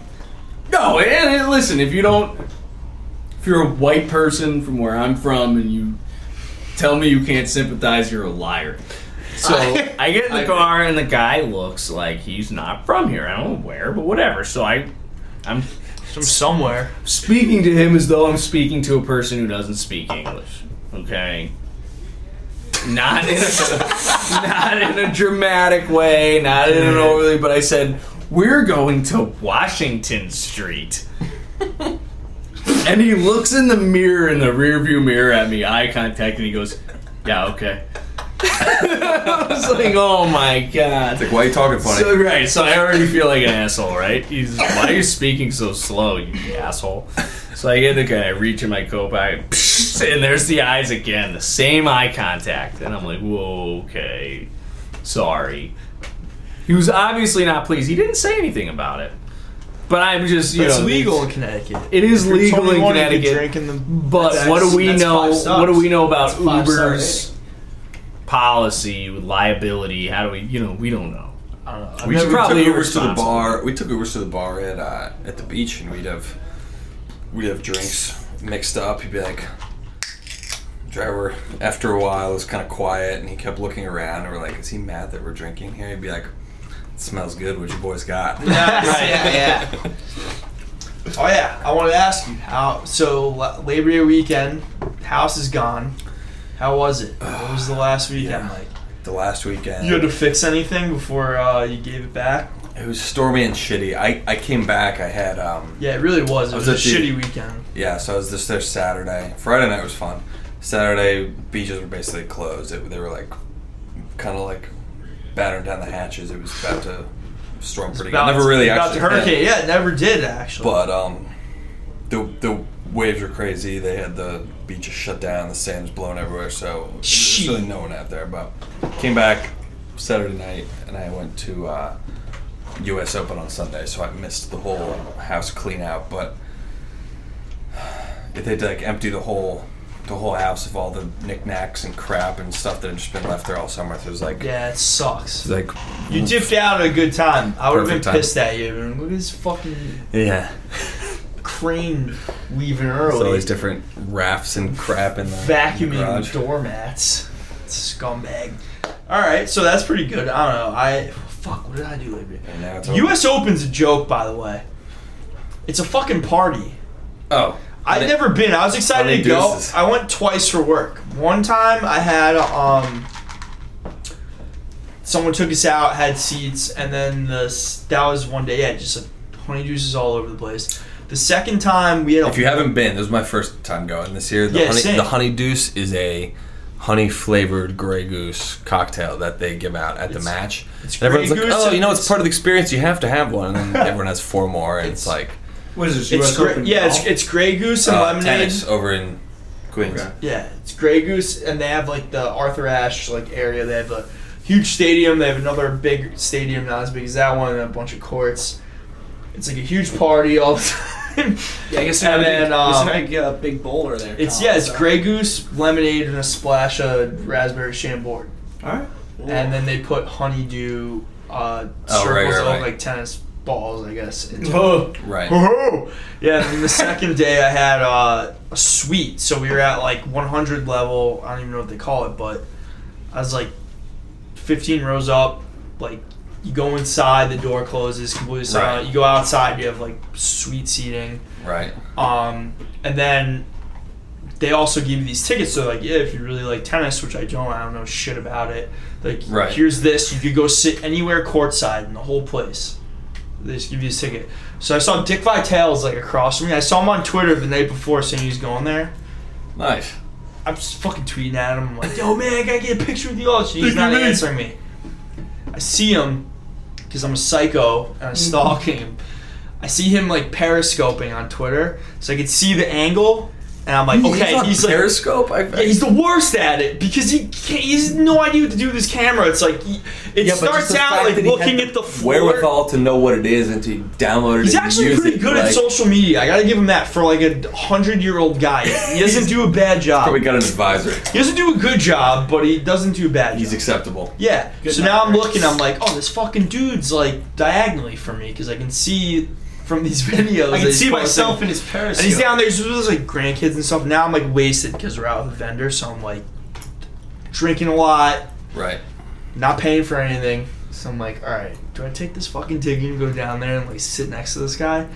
Speaker 5: no, and, and listen, if you don't, if you're a white person from where I'm from and you tell me you can't sympathize, you're a liar. So I get in the car and the guy looks like he's not from here. I don't know where, but whatever. So I, I'm
Speaker 3: It's from somewhere.
Speaker 5: speaking to him as though I'm speaking to a person who doesn't speak English. Okay. Not in a, not in a dramatic way, not in an overly, but I said, "We're going to Washington Street." and he looks in the mirror in the rearview mirror at me, eye contact, and he goes, "Yeah, okay." I was like, "Oh my god."
Speaker 2: Like, why are you talking funny?
Speaker 5: So, right, so I already feel like an asshole, right? He's why are you speaking so slow, you asshole? So I get the guy, I reach in my coat bag, and there's the eyes again, the same eye contact, and I'm like, whoa, okay, sorry. He was obviously not pleased. He didn't say anything about it, but I'm just you
Speaker 3: It's
Speaker 5: know
Speaker 3: legal in Connecticut.
Speaker 5: It is legal in Connecticut.
Speaker 3: Drinking the
Speaker 5: But
Speaker 4: That's-
Speaker 5: what do we
Speaker 4: that's
Speaker 5: know?
Speaker 4: five stars.
Speaker 5: What do we know about
Speaker 4: That's five
Speaker 5: Uber's
Speaker 4: stars.
Speaker 5: policy with liability? How do we? You know, we don't know.
Speaker 3: I don't know.
Speaker 2: we
Speaker 5: Never
Speaker 2: took probably
Speaker 5: took
Speaker 2: Ubers to the
Speaker 5: responsible.
Speaker 2: bar. We took Ubers to the bar at uh, at the beach, and we'd have we'd have drinks mixed up. He'd be like, driver. After a while, it was kind of quiet, and he kept looking around. And we're like, is he mad that we're drinking here? He'd be like, it smells good. What you boys got?
Speaker 3: Right. Yeah, yeah. Oh yeah, I wanted to ask you how. So La- Labor Day weekend, house is gone. How was it? What was the last weekend
Speaker 2: Yeah.
Speaker 3: like?
Speaker 2: the last weekend.
Speaker 3: You had to fix anything before uh, you gave it back?
Speaker 2: It was stormy and shitty. I, I came back. I had um
Speaker 3: Yeah, it really was. It
Speaker 2: was
Speaker 3: was, a
Speaker 2: at the-
Speaker 3: shitty weekend.
Speaker 2: yeah. So I was just there Saturday. Friday night was fun. Saturday beaches were basically closed. It, they were like kind of like battering down the hatches. It was about to storm pretty. good.
Speaker 3: About-
Speaker 2: Never really
Speaker 3: about
Speaker 2: actually
Speaker 3: the hurricane.
Speaker 2: hit,
Speaker 3: Yeah, it never did actually.
Speaker 2: But um, the the waves were crazy. They had the beaches shut down. The sand was blowing everywhere. So there's really no one out there. But came back Saturday night, and I went to. Uh, U.S. Open on Sunday, so I missed the whole house clean out. But if they'd like empty the whole the whole house of all the knickknacks and crap and stuff that had just been left there all summer, so it was like
Speaker 3: yeah, it sucks.
Speaker 2: it's like
Speaker 3: You dipped out at a good time. I would have been
Speaker 2: Perfect time.
Speaker 3: pissed at you. man. Look at this fucking
Speaker 2: yeah,
Speaker 3: crane leaving
Speaker 2: it's all
Speaker 3: early.
Speaker 2: these different rafts and crap in the in the
Speaker 3: Vacuuming
Speaker 2: garage.
Speaker 3: doormats. Scumbag. All right, so that's pretty good. I don't know. I fuck. What did I do lately?
Speaker 2: And now it's over.
Speaker 3: U.S. Open's a joke, by the way. It's a fucking party.
Speaker 2: Oh,
Speaker 3: I've
Speaker 2: They-
Speaker 3: never been. I was excited
Speaker 2: many
Speaker 3: to go.
Speaker 2: deuces?
Speaker 3: I went twice for work. One time I had um someone took us out, had seats, and then the s- that was one day. Yeah, just like honey juices all over the place. The second time we had a
Speaker 2: If you haven't been, this is my first time going this year. The,
Speaker 3: Yeah,
Speaker 2: honey,
Speaker 3: same.
Speaker 2: the honey deuce is a honey flavored Grey Goose cocktail that they give out at the
Speaker 3: It's-
Speaker 2: match.
Speaker 3: it's
Speaker 2: And everyone's
Speaker 3: Grey
Speaker 2: like,
Speaker 3: Goose
Speaker 2: "Oh, you know, it's,
Speaker 3: it's-
Speaker 2: part of the experience. You have to have one." And then everyone has four more, and it's,
Speaker 3: It's-
Speaker 2: like
Speaker 5: What is this?
Speaker 3: it's
Speaker 5: US
Speaker 3: gre-
Speaker 5: Open
Speaker 3: yeah,
Speaker 5: golf?
Speaker 3: it's, it's Grey Goose and
Speaker 2: uh,
Speaker 3: lemonade.
Speaker 2: tennis over in Queens.
Speaker 5: Okay.
Speaker 3: Yeah, it's Grey Goose, and they have like the Arthur Ashe like area. They have a huge stadium. They have another big stadium, not as big as that one, and a bunch of courts. It's like a huge party all the time.
Speaker 4: Yeah, I guess
Speaker 3: And then, um,
Speaker 4: it's like a big bowler there.
Speaker 3: It's
Speaker 4: Colin,
Speaker 3: yeah, it's
Speaker 4: so.
Speaker 3: Grey Goose lemonade and a splash of raspberry chambord,
Speaker 5: All right.
Speaker 3: and then they put honeydew uh,
Speaker 2: Oh, right,
Speaker 3: circles
Speaker 2: right,
Speaker 3: that look
Speaker 2: right.
Speaker 3: like tennis balls, I guess. into-
Speaker 5: Oh,
Speaker 2: Right.
Speaker 3: Whoa. Yeah, and then the second day I had uh, a suite. So we were at like 100 level. I don't even know what they call it, but I was like 15 rows up. Like, you go inside, the door closes completely silent.
Speaker 2: Right.
Speaker 3: You go outside, you have like suite seating.
Speaker 2: Right.
Speaker 3: Um, and then they also give you these tickets. So like, yeah, if you really like tennis, which I don't, I don't know shit about it. Like,
Speaker 2: Right.
Speaker 3: here's this. You could go sit anywhere courtside in the whole place. They just give you a ticket. So I saw Dick Vitale's like across from me. I saw him on Twitter the night before saying he was going there.
Speaker 2: Nice.
Speaker 3: I'm just fucking tweeting at him. I'm like, yo, man, I gotta get a picture with you all. He's not answering me. I see him because I'm a psycho
Speaker 2: Mm-hmm.
Speaker 3: and I stalk him. I see him like periscoping on Twitter, so I could see the angle, and I'm like, okay,
Speaker 2: on
Speaker 3: he's, like.
Speaker 2: Periscope. I,
Speaker 3: Yeah, he's the worst at it because he can't, he has no idea what to do with his camera. It's like he, it
Speaker 2: Yeah, but just
Speaker 3: starts
Speaker 2: the
Speaker 3: out
Speaker 2: fact
Speaker 3: like
Speaker 2: that he had
Speaker 3: looking
Speaker 2: the
Speaker 3: at the floor.
Speaker 2: wherewithal to know what it is and to download it.
Speaker 3: He's
Speaker 2: and
Speaker 3: actually
Speaker 2: use
Speaker 3: pretty
Speaker 2: it,
Speaker 3: good
Speaker 2: like,
Speaker 3: at social media. I gotta give him that for like a hundred year old guy. He doesn't do a bad job.
Speaker 2: Probably got an advisor.
Speaker 3: He doesn't do a good job, but he doesn't do a bad.
Speaker 2: He's
Speaker 3: job.
Speaker 2: acceptable.
Speaker 3: yeah.
Speaker 4: Good
Speaker 3: so now I'm
Speaker 4: numbers.
Speaker 3: looking. I'm like, oh, this fucking dude's like diagonally from me because I can see from these videos.
Speaker 4: I
Speaker 3: that
Speaker 4: can
Speaker 3: he's
Speaker 4: see myself
Speaker 3: posting.
Speaker 4: in his parasol.
Speaker 3: And he's down there. He's with his like grandkids and stuff. Now I'm like wasted because we're out with a vendor, so I'm like drinking a lot,
Speaker 2: Right.
Speaker 3: not paying for anything. So I'm like, all right, do I take this fucking ticket and go down there and like sit next to this guy?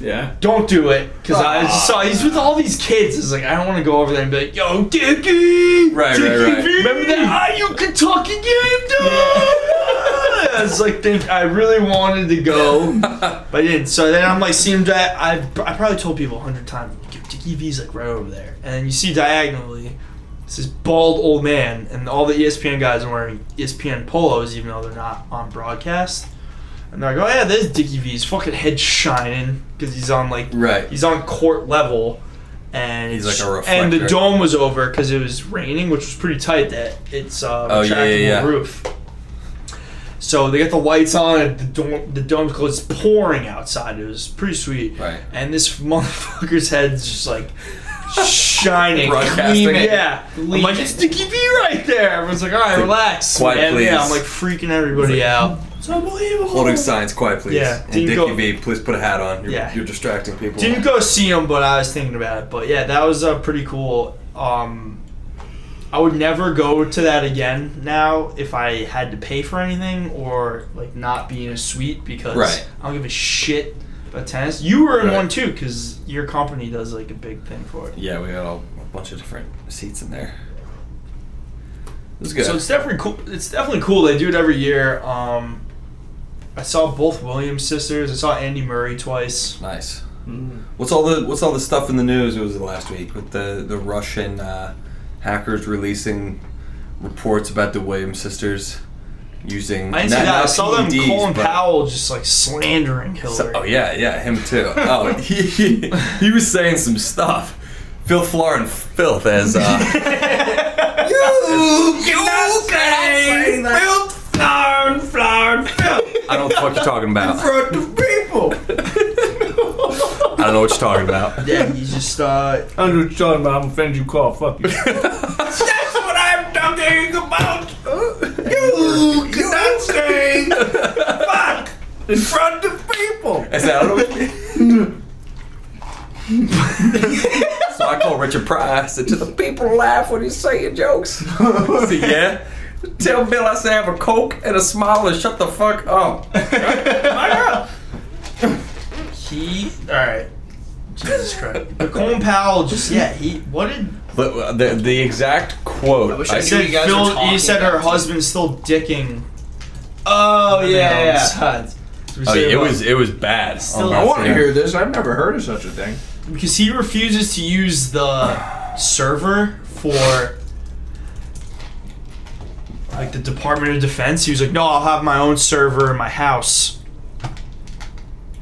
Speaker 5: yeah.
Speaker 3: don't do it because I just saw he's with all these kids. It's like I don't want to go over there and be like, "Yo, Dickie,
Speaker 2: Right, right,
Speaker 3: Dickie
Speaker 2: right.
Speaker 3: V, Remember that Are you Kentucky game, dude?" I was like, think I really wanted to go, but I didn't. So then I'm like, seeing him. Di- I I probably told people a hundred times, "Yo, Dickie V's like right over there," and then you see diagonally. It's this bald old man, and all the E ESPN guys are wearing E ESPN polos, even though they're not on broadcast. And they're like, "Oh yeah, there's Dickie V. His fucking head shining because he's on like
Speaker 2: Right.
Speaker 3: he's on court level, and
Speaker 2: He's
Speaker 3: it's-
Speaker 2: like a reflector.
Speaker 3: and the dome was over because it was raining, which was pretty tight. That it's uh,
Speaker 2: Oh, yeah,
Speaker 3: retractable
Speaker 2: yeah, yeah.
Speaker 3: roof. So they got the lights on, and the dome the dome's closed. It's pouring outside. It was pretty sweet.
Speaker 2: Right.
Speaker 3: And this motherfucker's head's just like shining,
Speaker 2: Broadcasting.
Speaker 3: gleaming. Yeah. I'm like,
Speaker 4: Gleaming.
Speaker 3: it's Dickie V right there. Everyone's like, all right, relax.
Speaker 2: quiet,
Speaker 3: man."
Speaker 2: please.
Speaker 3: Yeah, I'm like freaking everybody out. It's unbelievable.
Speaker 2: Holding signs, quiet please.
Speaker 3: Yeah.
Speaker 2: And
Speaker 3: Didn't
Speaker 2: Dickie
Speaker 3: go-
Speaker 2: V, please put a hat on. You're,
Speaker 3: Yeah.
Speaker 2: you're distracting people.
Speaker 3: Didn't go see him, but I was thinking about it. But yeah, that was uh, pretty cool. Um, I would never go to that again now if I had to pay for anything or like not be in a suite because
Speaker 2: Right.
Speaker 3: I don't give a shit about tennis. You were in
Speaker 2: Right.
Speaker 3: one too because your company does like a big thing for it.
Speaker 2: Yeah, we got all, a bunch of different seats in there. This is good.
Speaker 3: So it's definitely cool. It's definitely cool. They do it every year. Um, I saw both Williams sisters. I saw Andy Murray twice.
Speaker 2: nice. What's all the What's all the stuff in the news? It was last week with the the Russian uh, hackers releasing reports about the Williams sisters using.
Speaker 3: I
Speaker 2: not-
Speaker 3: didn't see that. I
Speaker 2: not
Speaker 3: saw them
Speaker 2: PEDs,
Speaker 3: Colin
Speaker 2: but-
Speaker 3: Powell just like slandering Hillary.
Speaker 2: So- oh yeah, yeah, him too. Oh, he, he he was saying some stuff. Phil Florin filth as uh, you cannot say Phil Florin Florin filth. I don't know what you're talking about.
Speaker 5: Front of people.
Speaker 2: I don't know what you're talking about.
Speaker 3: Yeah, he's just uh
Speaker 5: I know what you're talking about. I'm offended you call. Fuck you.
Speaker 2: That's what I'm talking about. You cannot say fuck
Speaker 5: In front of people.
Speaker 2: Is that what it was? so I call Richard Price and to the people laugh when he's saying jokes. So yeah, Tell Bill I said have a Coke and a smile and shut the fuck up.
Speaker 3: He. All right. Jesus Christ. But Colin Powell just yeah he what did
Speaker 2: But uh, the, the exact quote.
Speaker 4: I wish I
Speaker 3: he
Speaker 4: knew
Speaker 3: said
Speaker 4: you guys were
Speaker 3: Phil,
Speaker 4: talking
Speaker 3: he said
Speaker 4: about
Speaker 3: her
Speaker 4: it.
Speaker 3: husband's still dicking
Speaker 4: Oh yeah, yeah, yeah.
Speaker 2: Oh, yeah, it was it was bad.
Speaker 4: Still-
Speaker 6: I
Speaker 2: Oh,
Speaker 6: want to
Speaker 2: yeah.
Speaker 6: hear this. I've never heard of such a thing.
Speaker 3: because he refuses to use the server for like the Department of Defense. He was like, "No, I'll have my own server in my house."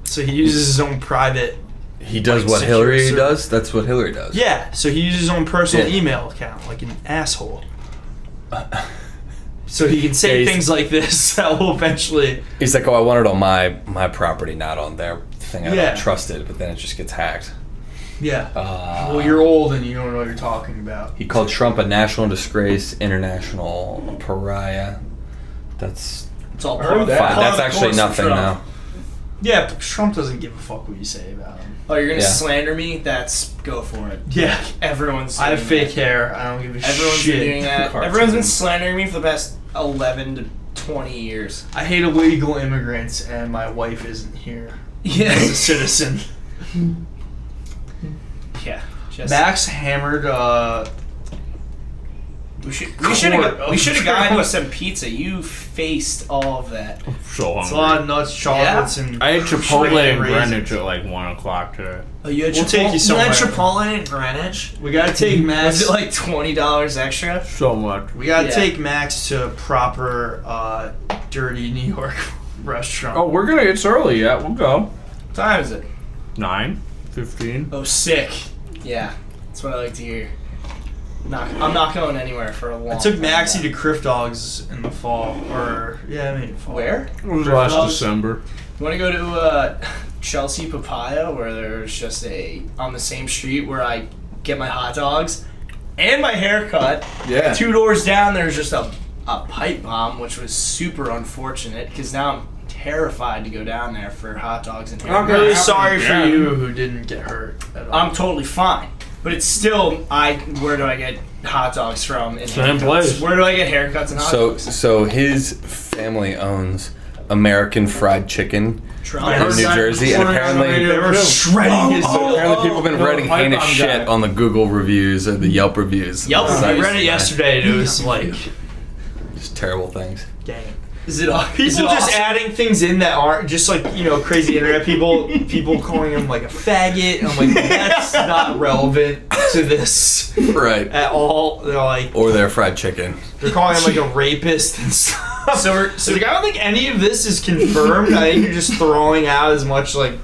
Speaker 3: So he uses his own private.
Speaker 2: He does
Speaker 3: Like,
Speaker 2: what
Speaker 3: secure
Speaker 2: Hillary
Speaker 3: service.
Speaker 2: does. That's what Hillary does.
Speaker 3: Yeah, so he uses his own personal
Speaker 2: Yeah.
Speaker 3: email account, like an asshole. So he can say
Speaker 2: Yeah, he's-
Speaker 3: things like this that will eventually.
Speaker 2: He's like, oh, I want it on my my property, not on their thing. I
Speaker 3: Yeah.
Speaker 2: don't trust it, but then it just gets hacked.
Speaker 3: Yeah.
Speaker 2: Uh,
Speaker 3: well, you're old and you don't know what you're talking about.
Speaker 2: He called Trump a national disgrace, international pariah. That's
Speaker 4: It's all
Speaker 6: Heard
Speaker 4: part of
Speaker 6: that.
Speaker 4: part
Speaker 2: fine.
Speaker 4: of
Speaker 2: That's
Speaker 4: the
Speaker 2: actually
Speaker 4: course of
Speaker 2: nothing
Speaker 4: Trump.
Speaker 2: now.
Speaker 3: Yeah, but Trump doesn't give a fuck what you say about him.
Speaker 4: Oh, you're gonna
Speaker 2: Yeah.
Speaker 4: slander me? That's go for it.
Speaker 3: Yeah.
Speaker 4: Everyone's.
Speaker 3: I have
Speaker 4: doing
Speaker 3: fake
Speaker 4: that.
Speaker 3: hair. I don't give a
Speaker 4: Everyone's
Speaker 3: shit.
Speaker 4: been doing that.
Speaker 6: Cartoon.
Speaker 4: Everyone's been slandering me for the past eleven to twenty years.
Speaker 3: I hate illegal immigrants, and my wife isn't here as a
Speaker 4: Yes.
Speaker 3: citizen.
Speaker 4: yeah. Just,
Speaker 3: Max hammered. Uh,
Speaker 4: we should we should have
Speaker 3: Court
Speaker 4: we should have
Speaker 3: of
Speaker 4: gotten you
Speaker 3: Trump.
Speaker 4: some pizza. You faced all of that.
Speaker 5: So
Speaker 3: it's a
Speaker 5: hungry.
Speaker 3: lot of nuts, chocolates, and
Speaker 5: I ate Chipotle
Speaker 3: Straight
Speaker 5: in
Speaker 3: raisins.
Speaker 5: Greenwich at like one o'clock today.
Speaker 4: Oh, you had
Speaker 3: We'll take you
Speaker 4: had
Speaker 3: somewhere.
Speaker 4: Chipotle in Greenwich.
Speaker 3: we gotta take
Speaker 4: Was
Speaker 3: Max.
Speaker 4: it like twenty dollars extra?
Speaker 5: So much.
Speaker 3: we gotta
Speaker 4: Yeah.
Speaker 3: take Max to proper uh, dirty New York restaurant.
Speaker 6: Oh, we're gonna. It's early yet. We'll go.
Speaker 4: What time is it?
Speaker 5: Nine? Fifteen?
Speaker 4: Oh, sick. Yeah, that's what I like to hear. Not, I'm not going anywhere for a long.
Speaker 3: I took
Speaker 4: time
Speaker 3: Maxie
Speaker 4: now.
Speaker 3: to Criff Dogs in the fall, or yeah, I mean fall.
Speaker 4: where?
Speaker 5: It was last
Speaker 4: Well,
Speaker 5: December.
Speaker 4: You want to go to uh, Chelsea Papaya, where there's just a on the same street where I get my hot dogs and my haircut.
Speaker 6: Yeah.
Speaker 4: Two doors down, there's just a a pipe bomb, which was super unfortunate because now I'm terrified to go down there for hot dogs and
Speaker 3: I'm
Speaker 4: haircut.
Speaker 3: really sorry
Speaker 5: Yeah.
Speaker 3: for you who didn't get hurt at all.
Speaker 4: I'm totally fine, but it's still I. Where do I get hot dogs from? and
Speaker 5: Same
Speaker 4: haircuts?
Speaker 5: place.
Speaker 4: Where do I get haircuts and hot
Speaker 2: So
Speaker 4: dogs?
Speaker 2: so his family owns American Fried Chicken
Speaker 4: Toronto.
Speaker 2: in New
Speaker 3: that.
Speaker 2: Jersey, and
Speaker 3: Sorry,
Speaker 2: apparently.
Speaker 3: They were shredding his.
Speaker 2: So apparently, people have been
Speaker 6: oh,
Speaker 2: writing
Speaker 6: pipe
Speaker 2: heinous
Speaker 6: bomb guy.
Speaker 2: shit on the Google reviews or the Yelp reviews.
Speaker 4: Yelp
Speaker 2: It's
Speaker 3: I
Speaker 4: reviews.
Speaker 2: like
Speaker 3: read it yesterday, and it was like,
Speaker 2: Just terrible things.
Speaker 3: dang.
Speaker 4: Is it off?
Speaker 3: People just adding things in that aren't just like you know crazy internet people. People calling him like a faggot. I'm like that's not relevant to this
Speaker 2: Right.
Speaker 3: at all. They're like
Speaker 2: Or their fried chicken.
Speaker 3: they're calling him like a rapist and stuff.
Speaker 4: So we're-
Speaker 3: so like, I don't think any of this is confirmed. I think you're just throwing out as much like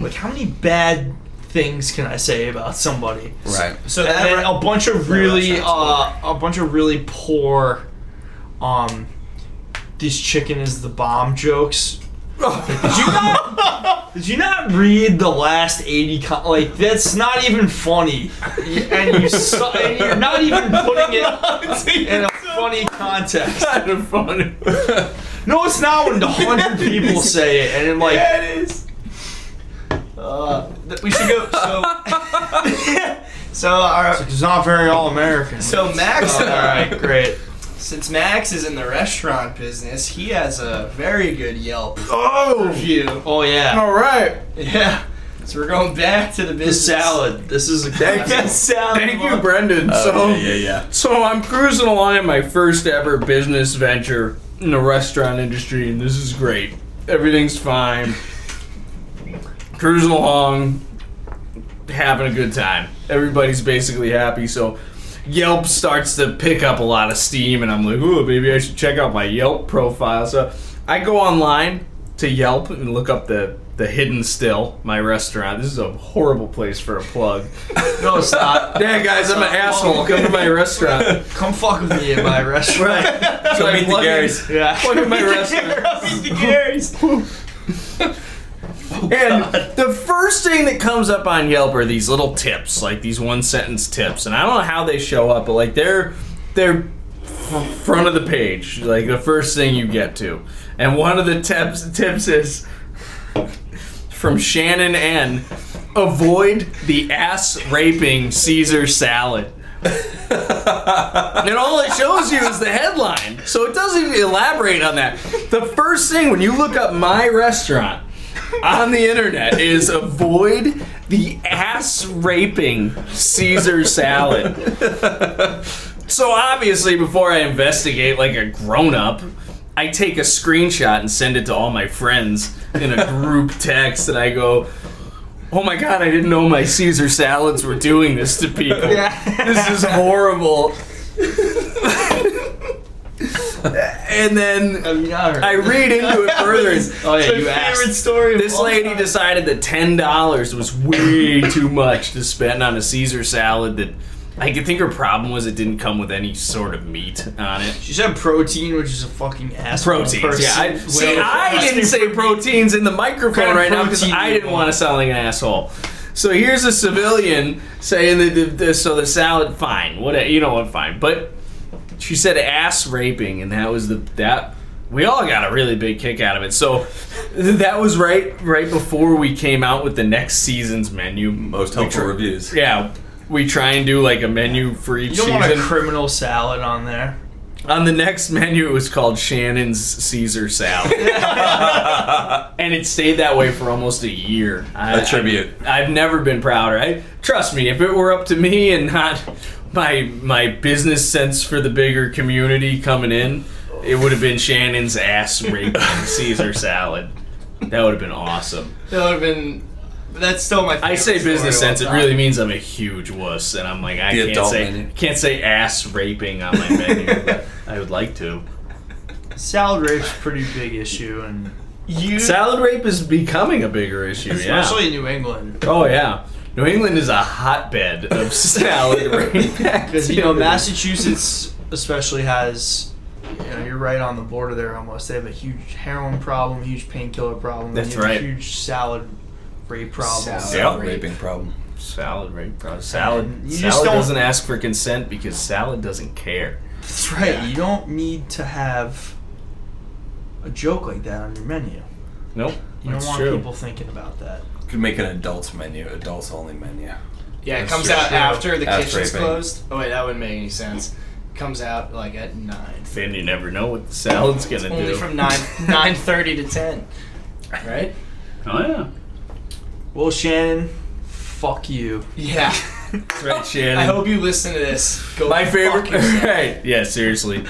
Speaker 3: like how many bad things can I say about somebody?
Speaker 2: Right.
Speaker 4: So
Speaker 3: and
Speaker 4: that
Speaker 3: then a bunch of really
Speaker 4: restaurant's
Speaker 3: uh, a bunch of really poor um this chicken is the bomb jokes did you not did you not read the last 80 co- like that's not even funny and you su- and you're not even putting it in a funny context
Speaker 5: Kind of funny.
Speaker 3: no it's not when the 100 people say it and then like
Speaker 4: Yeah, it is. Uh, th- we should go. So, so our
Speaker 3: it's not very all-american Oh,
Speaker 4: so Max.
Speaker 3: all right great
Speaker 4: Since Max is in the restaurant business, he has a very good Yelp
Speaker 6: Oh.
Speaker 4: review.
Speaker 3: oh yeah
Speaker 6: All right.
Speaker 4: Yeah. So we're going back to the
Speaker 3: the
Speaker 4: business.
Speaker 3: salad this is a
Speaker 6: Thank you.
Speaker 3: salad
Speaker 6: Thank you, Brendan.
Speaker 5: Uh,
Speaker 3: Oh.
Speaker 6: so
Speaker 2: yeah.
Speaker 5: So I'm cruising along in my first ever business venture in the restaurant industry, and this is great. Everything's fine. Cruising along, having a good time. Everybody's basically happy, so Yelp starts to pick up a lot of steam, and I'm like, ooh, maybe I should check out my Yelp profile. So I go online to Yelp and look up the the hidden still, my restaurant. This is a horrible place for a plug.
Speaker 3: No, stop.
Speaker 5: Yeah, guys, I'm an asshole. Come to my restaurant.
Speaker 3: Come fuck with me at my restaurant.
Speaker 2: So meet the
Speaker 5: plug in-
Speaker 2: Garys.
Speaker 3: Yeah.
Speaker 5: Plug in my restaurant. And the first thing that comes up on Yelp are these little tips, like these one sentence tips. And I don't know how they show up, but like they're they're f- front of the page, like the first thing you get to. And one of the tips tips is from Shannon N. Avoid the ass raping Caesar salad. And all it shows you is the headline. So it doesn't even elaborate on that. The first thing when you look up my restaurant on the internet is avoid the ass raping Caesar salad. So obviously, before I investigate like a grown up, I take a screenshot and send it to all my friends in a group text, and I go, Oh my god, I didn't know my Caesar salads were doing this to people. This is horrible. and then
Speaker 3: Have you not heard?
Speaker 5: I read into it further. and
Speaker 3: oh yeah, you asked.
Speaker 4: story. of
Speaker 5: This
Speaker 4: all
Speaker 5: lady
Speaker 4: time.
Speaker 5: decided that ten dollars was way too much to spend on a Caesar salad that I could think her problem was it didn't come with any sort of meat on it.
Speaker 3: She said protein, which is a fucking ass.
Speaker 5: Proteins. Yeah, I, see, I didn't say proteins in the microphone
Speaker 3: Kind of
Speaker 5: right now because
Speaker 3: protein
Speaker 5: I
Speaker 3: you
Speaker 5: didn't
Speaker 3: want.
Speaker 5: want to sound like an asshole. So here's a civilian saying that the, the, so the salad fine, what you know what fine, but she said ass raping, and that was the that we all got a really big kick out of it. So th- that was right right before we came out with the next season's menu.
Speaker 2: Most
Speaker 5: We
Speaker 2: helpful
Speaker 5: tr-
Speaker 2: reviews.
Speaker 5: Yeah, we try and do like a menu for each
Speaker 3: You don't
Speaker 5: season.
Speaker 3: want a criminal salad on there.
Speaker 5: On the next menu, it was called Shannon's Caesar Salad, and it stayed that way for almost a year. I,
Speaker 2: A tribute.
Speaker 5: I, have never been prouder. I trust me, if it were up to me and not my my business sense for the bigger community coming in, it would have been Shannon's ass raping Caesar Salad. That would have been awesome.
Speaker 4: That would have been. That's still my.
Speaker 5: I
Speaker 4: favorite
Speaker 5: say
Speaker 4: story
Speaker 5: business
Speaker 4: of all
Speaker 5: sense. It
Speaker 4: time.
Speaker 5: really means I'm a huge wuss, and I'm like I
Speaker 2: The
Speaker 5: can't
Speaker 2: adult
Speaker 5: say
Speaker 2: menu.
Speaker 5: can't say ass raping on my menu. but I would like to.
Speaker 3: Salad rape's a pretty big issue, and
Speaker 4: You
Speaker 5: Salad rape is becoming a bigger issue. Yeah.
Speaker 3: especially in New England,
Speaker 5: oh yeah. New England is a hotbed of salad rape.
Speaker 3: because you know
Speaker 5: activity.
Speaker 3: Massachusetts especially has. You know, you're right on the border there almost. They have a huge heroin problem, huge painkiller problem. and
Speaker 5: That's
Speaker 3: you have a
Speaker 5: right.
Speaker 3: Huge salad rape problem.
Speaker 7: Salad.
Speaker 2: Yeah,
Speaker 7: Rape.
Speaker 2: raping problem.
Speaker 5: salad rape. Bro. Salad.
Speaker 3: You just
Speaker 5: salad
Speaker 3: don't-
Speaker 5: doesn't ask for consent because salad doesn't care.
Speaker 3: That's right. You don't need to have a joke like that on your menu.
Speaker 5: Nope.
Speaker 3: You
Speaker 5: that's
Speaker 3: don't want
Speaker 5: true.
Speaker 3: people thinking about that.
Speaker 2: Could make an adults menu, adults only menu.
Speaker 4: Yeah, it
Speaker 2: That's
Speaker 4: comes
Speaker 2: true.
Speaker 4: out after the
Speaker 2: That's
Speaker 4: kitchen's
Speaker 2: raping.
Speaker 4: closed. Oh wait, that wouldn't make any sense. Comes out like at nine.
Speaker 5: Then you never know what the salad's gonna
Speaker 4: Only
Speaker 5: do.
Speaker 4: from nine nine thirty to ten. Right?
Speaker 5: oh yeah.
Speaker 3: Well, Shannon, fuck you.
Speaker 4: Yeah.
Speaker 5: That's right, Shannon.
Speaker 4: I hope you listen to this. Go
Speaker 5: My favorite.
Speaker 4: fuck yourself.
Speaker 5: Right. Yeah, seriously.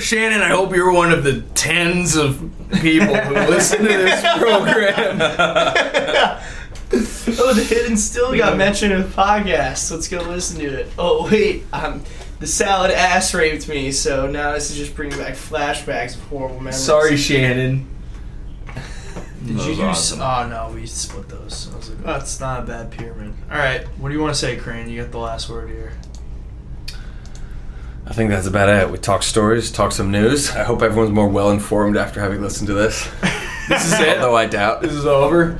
Speaker 5: Shannon, I hope you're one of the tens of people who listen to this program.
Speaker 4: Oh, the hidden still got mentioned in the podcast. Let's go listen to it. Oh wait, um, the salad ass raped me, so now this is just bringing back flashbacks of horrible memories.
Speaker 5: Sorry, Shannon.
Speaker 3: Did
Speaker 5: That
Speaker 3: you
Speaker 5: was
Speaker 3: do? s
Speaker 5: awesome.
Speaker 3: Oh no, we split those. So I was like, oh, it's not a bad pyramid. All right, what do you want to say, Crane? You got the last word here.
Speaker 2: I think that's about it. We talk stories, talk some news. I hope everyone's more well informed after having listened to this.
Speaker 5: This is it.
Speaker 2: Although I doubt
Speaker 5: This is over.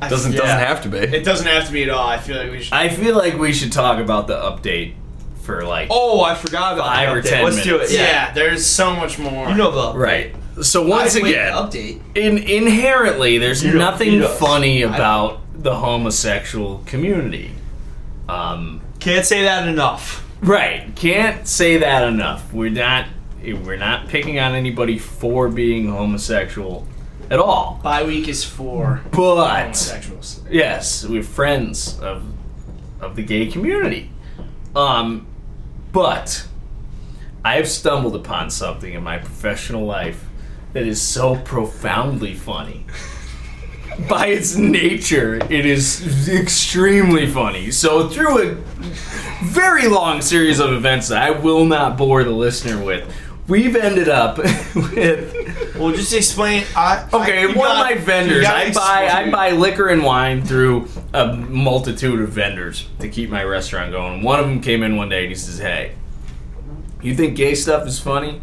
Speaker 4: I-
Speaker 2: doesn't
Speaker 4: yeah.
Speaker 2: doesn't have to be.
Speaker 4: It doesn't have to be at all. I feel like we should.
Speaker 5: I feel like we should talk about the update for like.
Speaker 3: Oh, I forgot about
Speaker 5: Five
Speaker 3: the
Speaker 5: or
Speaker 3: update.
Speaker 5: 10
Speaker 3: Let's do it.
Speaker 5: minutes.
Speaker 4: yeah.
Speaker 3: Yeah,
Speaker 4: there's so much more.
Speaker 3: you know the
Speaker 5: Right. So once
Speaker 4: Wait,
Speaker 5: again,
Speaker 4: update.
Speaker 5: in, inherently there's
Speaker 3: don't- you
Speaker 5: nothing
Speaker 3: don't.
Speaker 5: funny about the homosexual community. Um,
Speaker 3: Can't say that enough.
Speaker 5: Right. Can't say that enough. We're not we're not picking on anybody for being homosexual at all.
Speaker 4: Bye week is for
Speaker 5: But
Speaker 4: homosexuals.
Speaker 5: yes, we're friends of of the gay community. Um but I have stumbled upon something in my professional life that is so profoundly funny. By its nature, it is extremely funny. So, through a very long series of events that I will not bore the listener with, we've ended up with
Speaker 3: Well, just explain. I
Speaker 5: Okay,
Speaker 3: I-
Speaker 5: one
Speaker 3: you
Speaker 5: of
Speaker 3: got-
Speaker 5: my
Speaker 3: you
Speaker 5: vendors.
Speaker 3: gotta
Speaker 5: I buy I
Speaker 3: explain.
Speaker 5: buy liquor and wine through a multitude of vendors to keep my restaurant going. One of them came in one day and he says, "Hey, you think gay stuff is funny?"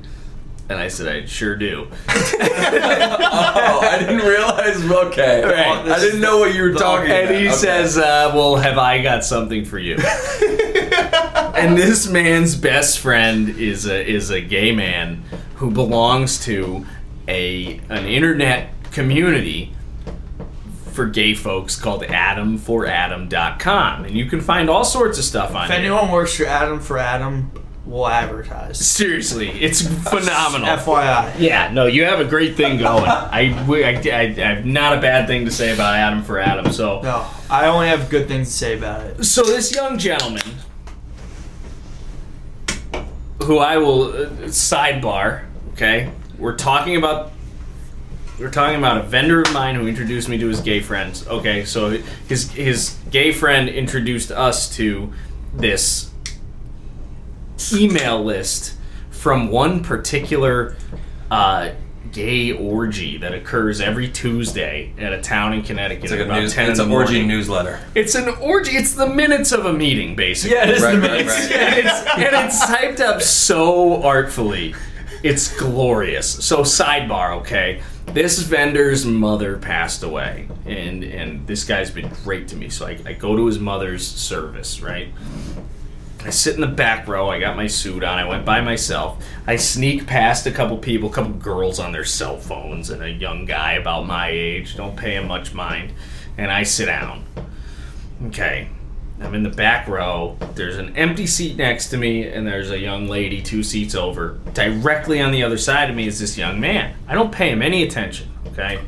Speaker 5: And I said, "I sure do."
Speaker 2: Oh, I didn't realize. Okay,
Speaker 5: Right.
Speaker 2: I didn't know what you were talking.
Speaker 5: And
Speaker 2: about.
Speaker 5: he
Speaker 2: Okay.
Speaker 5: says, uh, "Well, have I got something for you?" and this man's best friend is a is a gay man who belongs to a an internet community for gay folks called adamforadam.com. And you can find all sorts of stuff on
Speaker 3: If
Speaker 5: it.
Speaker 3: anyone works for Adam for Adam, we'll advertise.
Speaker 5: Seriously, it's phenomenal.
Speaker 3: FYI.
Speaker 5: Yeah, no, you have a great thing going. I, we, I, I, I have not a bad thing to say about Adam for Adam. So,
Speaker 3: No, I only have good things to say about it.
Speaker 5: so this young gentleman, who I will uh, sidebar, okay, we're talking about. We're talking about a vendor of mine who introduced me to his gay friends. Okay, so his his gay friend introduced us to this email list from one particular uh, gay orgy that occurs every Tuesday at a town in Connecticut.
Speaker 2: It's like
Speaker 5: at
Speaker 2: a
Speaker 5: about
Speaker 2: news,
Speaker 5: 10
Speaker 2: it's
Speaker 5: in
Speaker 2: an
Speaker 5: the
Speaker 2: orgy
Speaker 5: morning.
Speaker 2: newsletter.
Speaker 5: It's an orgy. It's the minutes of a meeting, basically.
Speaker 3: Yeah, it is
Speaker 2: Right,
Speaker 3: the
Speaker 2: right,
Speaker 3: minutes.
Speaker 2: right.
Speaker 5: and, it's, and it's typed up so artfully. It's glorious. So sidebar, okay. This vendor's mother passed away, and and this guy's been great to me. So I, I go to his mother's service, right? I sit in the back row. I got my suit on. I went by myself. I sneak past a couple people, a couple girls on their cell phones, and a young guy about my age. Don't pay him much mind. And I sit down. Okay. I'm in the back row. There's an empty seat next to me, and there's a young lady two seats over. Directly on the other side of me is this young man. I don't pay him any attention, okay?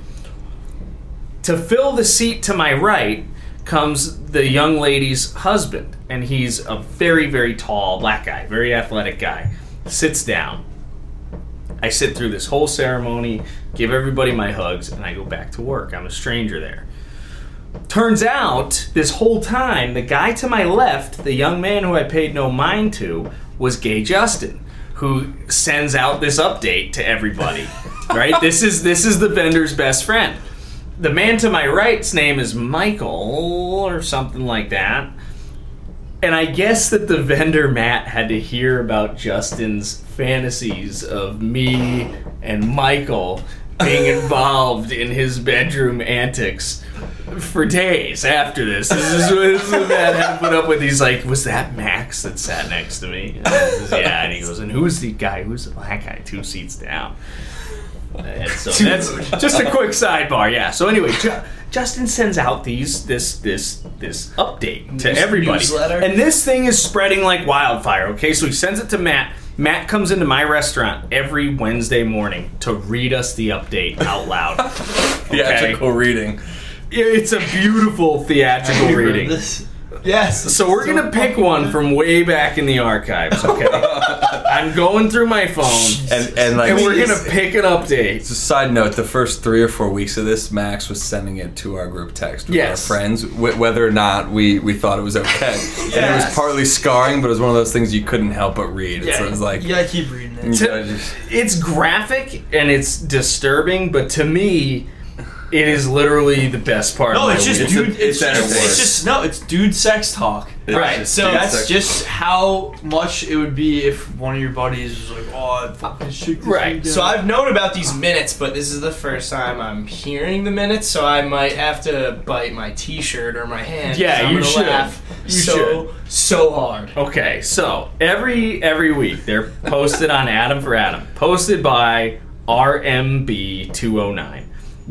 Speaker 5: To fill the seat to my right comes the young lady's husband, and he's a very, very tall black guy, very athletic guy. Sits down. I sit through this whole ceremony, give everybody my hugs, and I go back to work. I'm a stranger there. Turns out, this whole time, the guy to my left, the young man who I paid no mind to, was Gay Justin, who sends out this update to everybody. right? This is this is the vendor's best friend. The man to my right's name is Michael or something like that. And I guess that the vendor Matt had to hear about Justin's fantasies of me and Michael being involved in his bedroom antics for days after this. This is, this is what Matt had put up with. He's like, "Was that Max that sat next to me?" And I was, yeah, and he goes, "And who's the guy? Who's the black guy two seats down?" And so that's just a quick sidebar. Yeah. So anyway, Ju- Justin sends out these this this this update to everybody,
Speaker 4: newsletter.
Speaker 5: and this thing is spreading like wildfire. Okay, so he sends it to Matt. Matt comes into my restaurant every Wednesday morning to read us the update out loud.
Speaker 2: Theatrical reading.
Speaker 5: It's a beautiful theatrical reading.
Speaker 3: This- Yes.
Speaker 5: So we're gonna pick one from way back in the archives, okay? I'm going through my phone
Speaker 2: And, and like,
Speaker 5: and we're gonna pick an update.
Speaker 2: Just a side note: the first three or four weeks of this, Max was sending it to our group text with
Speaker 5: Yes.
Speaker 2: our friends, wh- whether or not we, we thought it was okay. And it was
Speaker 3: Yes.
Speaker 2: partly scarring, but it was one of those things you couldn't help but read. Yeah. So it was like,
Speaker 3: you gotta keep reading it.
Speaker 2: you
Speaker 5: To-
Speaker 2: gotta just-
Speaker 5: It's graphic and it's disturbing, but to me, it is literally the best part.
Speaker 3: No,
Speaker 5: of my
Speaker 3: it's just
Speaker 5: week.
Speaker 2: It's
Speaker 3: dude.
Speaker 2: a-
Speaker 3: it's,
Speaker 2: it's at
Speaker 3: just,
Speaker 2: its
Speaker 3: it's just no. It's dude sex talk.
Speaker 2: it's
Speaker 5: Right,
Speaker 2: just-
Speaker 3: So
Speaker 2: it's
Speaker 3: that's
Speaker 2: like-
Speaker 3: just how much it would be if one of your buddies was like, "Oh, I fucking shoot this
Speaker 5: Right.
Speaker 3: dude down."
Speaker 4: So I've known about these minutes, but this is the first time I'm hearing the minutes, so I might have to bite my T-shirt or my hand. 'cause
Speaker 5: Yeah,
Speaker 4: I'm
Speaker 5: you
Speaker 4: gonna
Speaker 5: should.
Speaker 4: Laugh
Speaker 5: You
Speaker 4: so so hard.
Speaker 5: Okay, so every every week they're posted on Adam for Adam, posted by RMB209.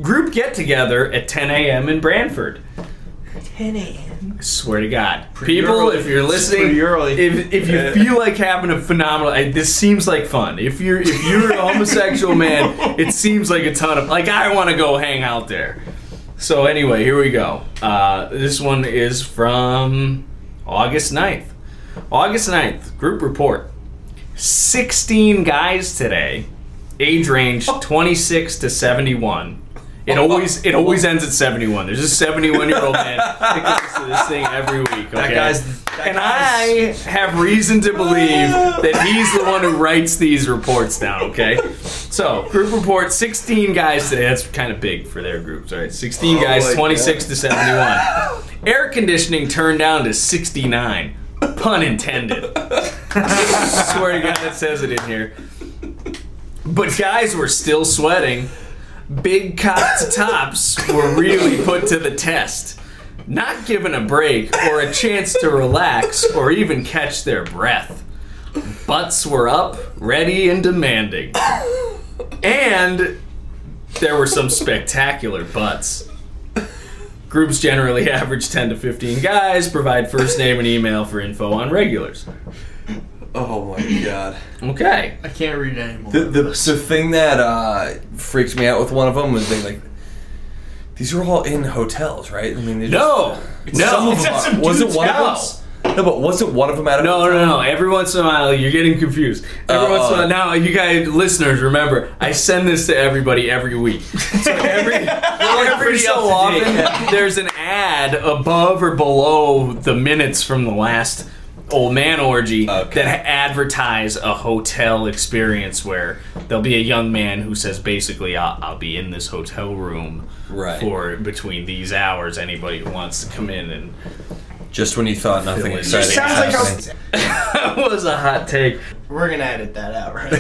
Speaker 5: Group get together at 10 a.m. in Branford. 10 a.m. I swear to God, people,
Speaker 3: early.
Speaker 5: if you're
Speaker 3: It's
Speaker 5: listening,
Speaker 3: pretty early.
Speaker 5: if if
Speaker 3: Uh,
Speaker 5: you feel like having a phenomenal, I, this seems like fun. If you're if you're a homosexual man, it seems like a ton of like I want to go hang out there. So anyway, here we go. Uh, this one is from August 9th. August 9th, group report. 16 guys today, age range
Speaker 3: Oh.
Speaker 5: 26 to 71. It always it always ends at 71. There's a 71 year old man that listens to this thing every week.
Speaker 3: that
Speaker 5: Okay?
Speaker 3: guy's. That
Speaker 5: and
Speaker 3: guy's-
Speaker 5: I have reason to believe that he's the one who writes these reports down, okay? So, group report 16 guys today. That's kind of big for their groups, all right? 16 guys, 26 to 71. Air conditioning turned down to 69. Pun intended. swear to God, it says it in here. But guys were still sweating. Big cock to tops were really put to the test not given a break or a chance to relax or even catch their breath. Butts were up, ready and demanding. And there were some spectacular butts. Groups generally average 10 to 15 guys, provide first name and email for info on regulars.
Speaker 2: Oh my god.
Speaker 5: Okay.
Speaker 3: I can't read anymore.
Speaker 2: The, the, the thing that uh, freaked me out with one of them was they like, these are all in hotels, right? I mean, they just,
Speaker 5: No! No!
Speaker 2: some of them
Speaker 5: That's
Speaker 2: are.
Speaker 5: some
Speaker 2: wasn't
Speaker 5: dude's
Speaker 2: one
Speaker 5: house.
Speaker 2: of them. No, but wasn't one of them out of
Speaker 5: No, no, no. Every once in a while, you're getting confused. Every
Speaker 2: Oh,
Speaker 5: once in a
Speaker 2: oh.
Speaker 5: while, now you guys, listeners, remember, I send this to everybody every week. So every, every so often, there's an ad above or below the minutes from the last old man orgy
Speaker 2: Okay.
Speaker 5: that advertise a hotel experience where there'll be a young man who says, basically, I'll, I'll be in this hotel room
Speaker 2: Right.
Speaker 5: for between these hours. Anybody who wants to come in and
Speaker 2: Just when you thought nothing
Speaker 5: Feeling-
Speaker 2: exciting was
Speaker 4: Sounds like I
Speaker 2: happening.
Speaker 4: was-
Speaker 5: that was a hot take.
Speaker 4: We're gonna edit that out, right?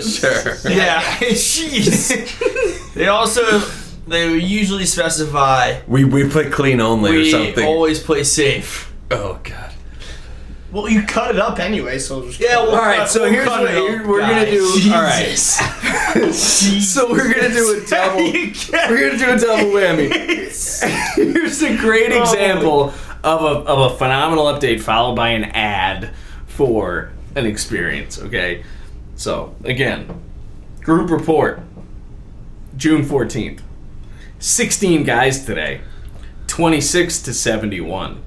Speaker 2: Sure.
Speaker 3: yeah, jeez. they also they usually specify
Speaker 2: We, we play clean only or
Speaker 3: we
Speaker 2: something.
Speaker 3: always play safe.
Speaker 2: oh god.
Speaker 4: well, you cut it up anyway, so just
Speaker 3: Yeah. Well,
Speaker 5: All right, so here's what here- we're gonna do. All right, so we're gonna do a double. We're gonna do a double whammy. here's a great example of a of a phenomenal update followed by an ad for an experience. Okay, so again, group report, June fourteenth, sixteen guys today, twenty six to seventy one.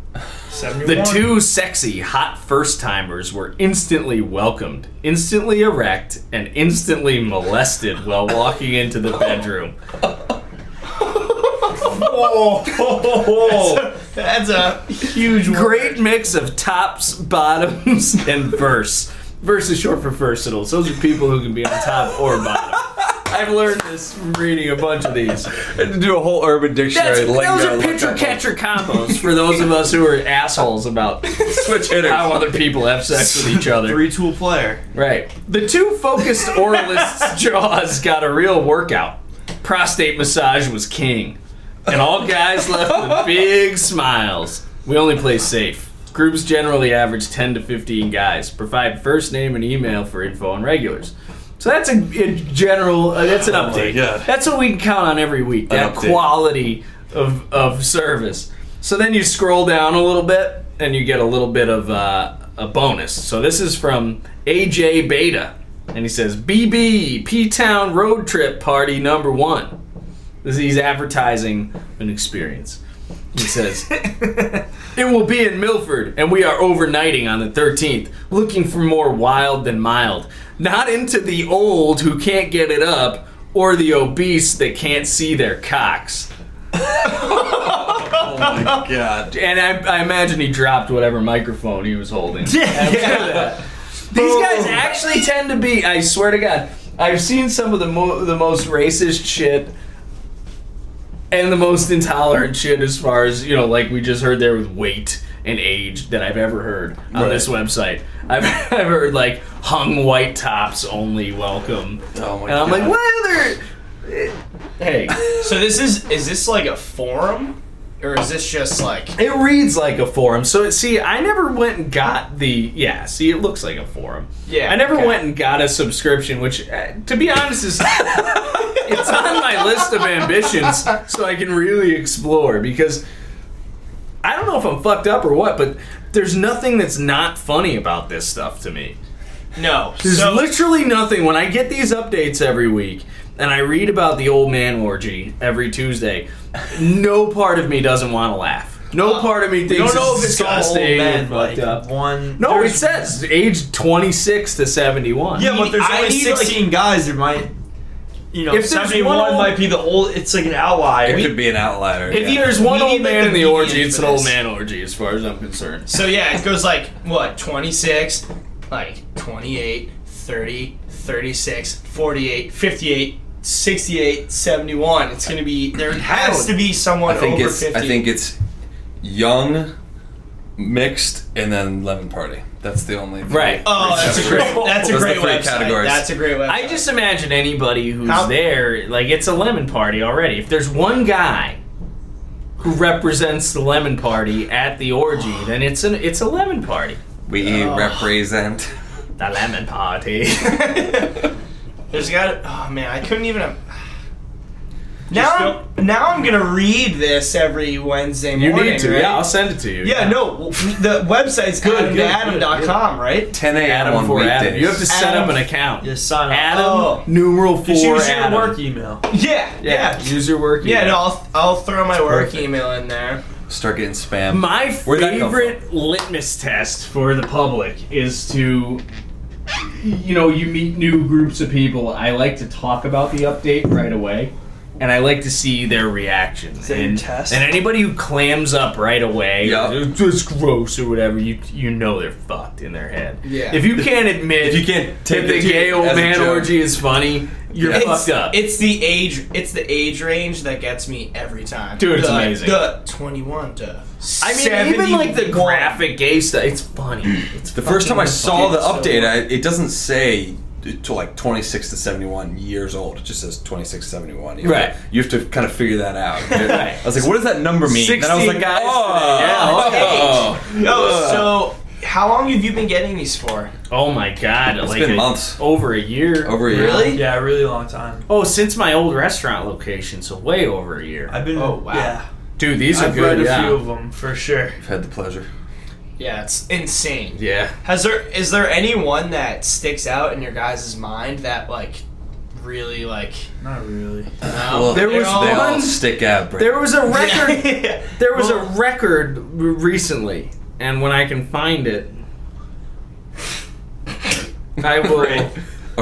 Speaker 5: The two sexy, hot first timers were instantly welcomed, instantly erect, and instantly molested while walking into the bedroom.
Speaker 4: That's a huge
Speaker 5: Great mix of tops, bottoms, and verse. Verse is short for versatile. So those are people who can be on top or bottom. I've learned this from reading a bunch of these.
Speaker 2: had to do a whole urban
Speaker 5: That's,
Speaker 2: dictionary. lingo
Speaker 5: those are
Speaker 2: look
Speaker 5: pitcher
Speaker 2: up.
Speaker 5: catcher combos for those of us who are assholes about
Speaker 2: Switch hitters.
Speaker 5: how other people have sex with each other.
Speaker 3: Three tool player.
Speaker 5: Right. The two focused oralists' jaws got a real workout. Prostate massage was king. And all guys left with big smiles. We only play safe. Groups generally average 10 to 15 guys. Provide first name and email for info on regulars. So that's a, a general, uh, that's an update.
Speaker 2: God.
Speaker 5: That's what we can count on every week that
Speaker 2: update.
Speaker 5: quality of, of service. So then you scroll down a little bit and you get a little bit of uh, a bonus. So this is from AJ Beta. And he says, BB, P Town Road Trip Party Number One. This he's advertising an experience. He says, It will be in Milford, and we are overnighting on the 13th, looking for more wild than mild. Not into the old who can't get it up, or the obese that can't see their cocks. Oh,
Speaker 2: God.
Speaker 5: And I, I imagine he dropped whatever microphone he was holding. These guys actually tend to be. I swear to God, I've seen some of the mo- the most racist shit and the most intolerant shit as far as you know, like we just heard there with weight and age that I've ever heard on this website. I've I've heard like hung white tops only welcome,
Speaker 2: Oh my
Speaker 5: and I'm
Speaker 2: god.
Speaker 5: like, what? Other? eh, Hey,
Speaker 4: So this is is this like a forum, or is this just like
Speaker 5: it reads like a forum. So it, see, I never went and got the yeah. See, it looks like a forum.
Speaker 4: Yeah,
Speaker 5: I never
Speaker 4: okay.
Speaker 5: went and got a subscription, which, uh, to be honest, is it's on my list of ambitions, so I can really explore because I don't know if I'm fucked up or what, but there's nothing that's not funny about this stuff to me.
Speaker 4: no?
Speaker 5: There's
Speaker 4: So
Speaker 5: literally nothing. When I get these updates every week and I read about the old man orgy every Tuesday, no part of me doesn't want to laugh. No part of me thinks
Speaker 3: Don't know if it's got old
Speaker 5: disgusting
Speaker 3: men
Speaker 5: and fucked
Speaker 3: like
Speaker 5: up.
Speaker 3: one.
Speaker 5: No,
Speaker 3: there's-
Speaker 5: it says age 26 to 71.
Speaker 3: Yeah, but there's
Speaker 4: I
Speaker 3: only
Speaker 4: need, like-
Speaker 3: 16 guys. There might, you know,
Speaker 5: If there's
Speaker 3: 71
Speaker 5: one old-
Speaker 3: might be the old. It's like an outlier.
Speaker 2: It could be an outlier.
Speaker 5: If
Speaker 2: yeah.
Speaker 5: there's one
Speaker 4: We
Speaker 5: old
Speaker 4: need, like,
Speaker 5: man
Speaker 4: the
Speaker 5: in the
Speaker 4: median
Speaker 5: orgy, it's
Speaker 4: for
Speaker 5: an old
Speaker 4: this.
Speaker 5: man orgy, as far as I'm concerned.
Speaker 4: so yeah, it goes like what 26, like 28, 30, 36, 48, 58, 68, 71. It's gonna be there has to be someone
Speaker 2: I think
Speaker 4: over
Speaker 2: it's
Speaker 4: 50.
Speaker 2: I think it's young, mixed, and then lemon party. That's the only thing.
Speaker 5: Right.
Speaker 4: Oh, that's a great. That's a
Speaker 2: Those are the
Speaker 4: great
Speaker 2: three
Speaker 4: website.
Speaker 2: categories.
Speaker 4: That's a great website.
Speaker 5: I just imagine anybody who's
Speaker 4: How-
Speaker 5: there, like it's a lemon party already. If there's one guy who represents the lemon party at the orgy, then it's an it's a lemon party.
Speaker 2: We
Speaker 5: Oh.
Speaker 2: represent.
Speaker 5: The lemon party.
Speaker 4: There's got. to Oh man, I couldn't even. Now, I'm, now I'm gonna read this every Wednesday
Speaker 8: You
Speaker 4: morning.
Speaker 8: need to.
Speaker 4: right?
Speaker 8: Yeah, I'll send it to you.
Speaker 4: Yeah, no, the website's good,
Speaker 8: good,
Speaker 4: adam.com, right?
Speaker 2: 10 a.m.
Speaker 8: Adam
Speaker 2: on
Speaker 8: for
Speaker 2: weekdays.
Speaker 8: Adam. You have to set
Speaker 4: Adam-
Speaker 8: up an account.
Speaker 3: Just sign up.
Speaker 8: Adam
Speaker 4: Oh.
Speaker 8: numeral four.
Speaker 3: Just use your
Speaker 8: Adam.
Speaker 3: work email.
Speaker 4: Yeah, yeah.
Speaker 8: Yeah, use your work.
Speaker 4: Yeah,
Speaker 8: email.
Speaker 4: no, I'll, I'll throw my work
Speaker 2: perfect.
Speaker 4: email in there.
Speaker 2: Start getting spam.
Speaker 8: My
Speaker 2: Where'd that come
Speaker 8: favorite litmus test.
Speaker 5: for the public is to you know you meet new groups of people i like to talk about the update right away and i like to see their reactions
Speaker 3: that your
Speaker 5: and,
Speaker 3: test?
Speaker 5: and anybody who clams up right away
Speaker 2: Yeah.
Speaker 5: it's just gross or whatever you you know they're fucked in their head
Speaker 4: Yeah.
Speaker 5: if you can't admit
Speaker 2: If you can't take
Speaker 5: that the
Speaker 2: it
Speaker 5: gay old
Speaker 2: as a
Speaker 5: man
Speaker 2: joke.
Speaker 5: orgy is funny you're
Speaker 2: Yeah.
Speaker 5: fucked up
Speaker 4: It's the age. It's the age range that gets me every time.
Speaker 5: Dude, it's
Speaker 4: The-
Speaker 5: amazing.
Speaker 4: The 21 to.
Speaker 5: i mean even like the graphic gay stuff it's funny it's
Speaker 2: The first time I
Speaker 5: fucking
Speaker 2: saw the
Speaker 5: funny.
Speaker 2: update, I, it doesn't say to like 26 to 71 years old. It just says 26 to 71. You have
Speaker 5: Right.
Speaker 2: To, you have to kind of figure that out.
Speaker 5: Right.
Speaker 2: I was like, what does that number mean? And I was
Speaker 5: 16
Speaker 2: like,
Speaker 5: guys
Speaker 2: oh,
Speaker 5: today. Yeah,
Speaker 4: Oh, so how long have you been getting these for?
Speaker 5: Oh my god! It's like
Speaker 2: been
Speaker 5: a-
Speaker 2: months.
Speaker 5: over a year.
Speaker 2: over a year.
Speaker 4: Really?
Speaker 3: Yeah, a really long time.
Speaker 5: Oh, since my old restaurant location, so way over a year.
Speaker 3: I've been.
Speaker 4: Oh, wow.
Speaker 3: Yeah,
Speaker 5: Dude, these
Speaker 3: I've read a few of them for sure.
Speaker 2: I've had the pleasure.
Speaker 4: Yeah, it's insane.
Speaker 5: Yeah.
Speaker 4: Has there is there anyone that sticks out in your guys' mind that like really like?
Speaker 3: Not really.
Speaker 4: No,
Speaker 5: there
Speaker 4: They're
Speaker 5: was
Speaker 4: all-
Speaker 2: They all
Speaker 5: one-
Speaker 2: stick out. Brandon.
Speaker 5: There was a record.
Speaker 4: Yeah.
Speaker 5: There was a record r- recently, and when I can find it, I will.
Speaker 2: a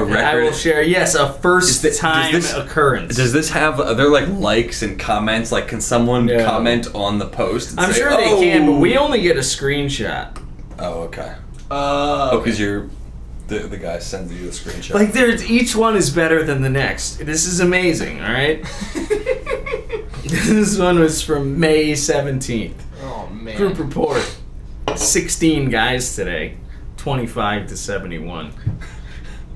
Speaker 2: record.
Speaker 5: I will share. Yes, a first
Speaker 2: thi- does
Speaker 5: time
Speaker 2: this-
Speaker 5: occurrence.
Speaker 2: Does this have? Are there like likes and comments? Like, can someone
Speaker 5: No.
Speaker 2: comment on the post? and
Speaker 5: I'm
Speaker 2: say,
Speaker 5: sure they
Speaker 2: "Oh."
Speaker 5: can, but we only get a screenshot.
Speaker 2: Oh, okay.
Speaker 4: Uh,
Speaker 2: Oh, because you're the, the guy sends you the screenshot.
Speaker 5: Like there's each one is better than the next. This is amazing, all right? this one was from May 17th.
Speaker 4: oh man.
Speaker 5: Group report. 16 guys today, 25 to 71.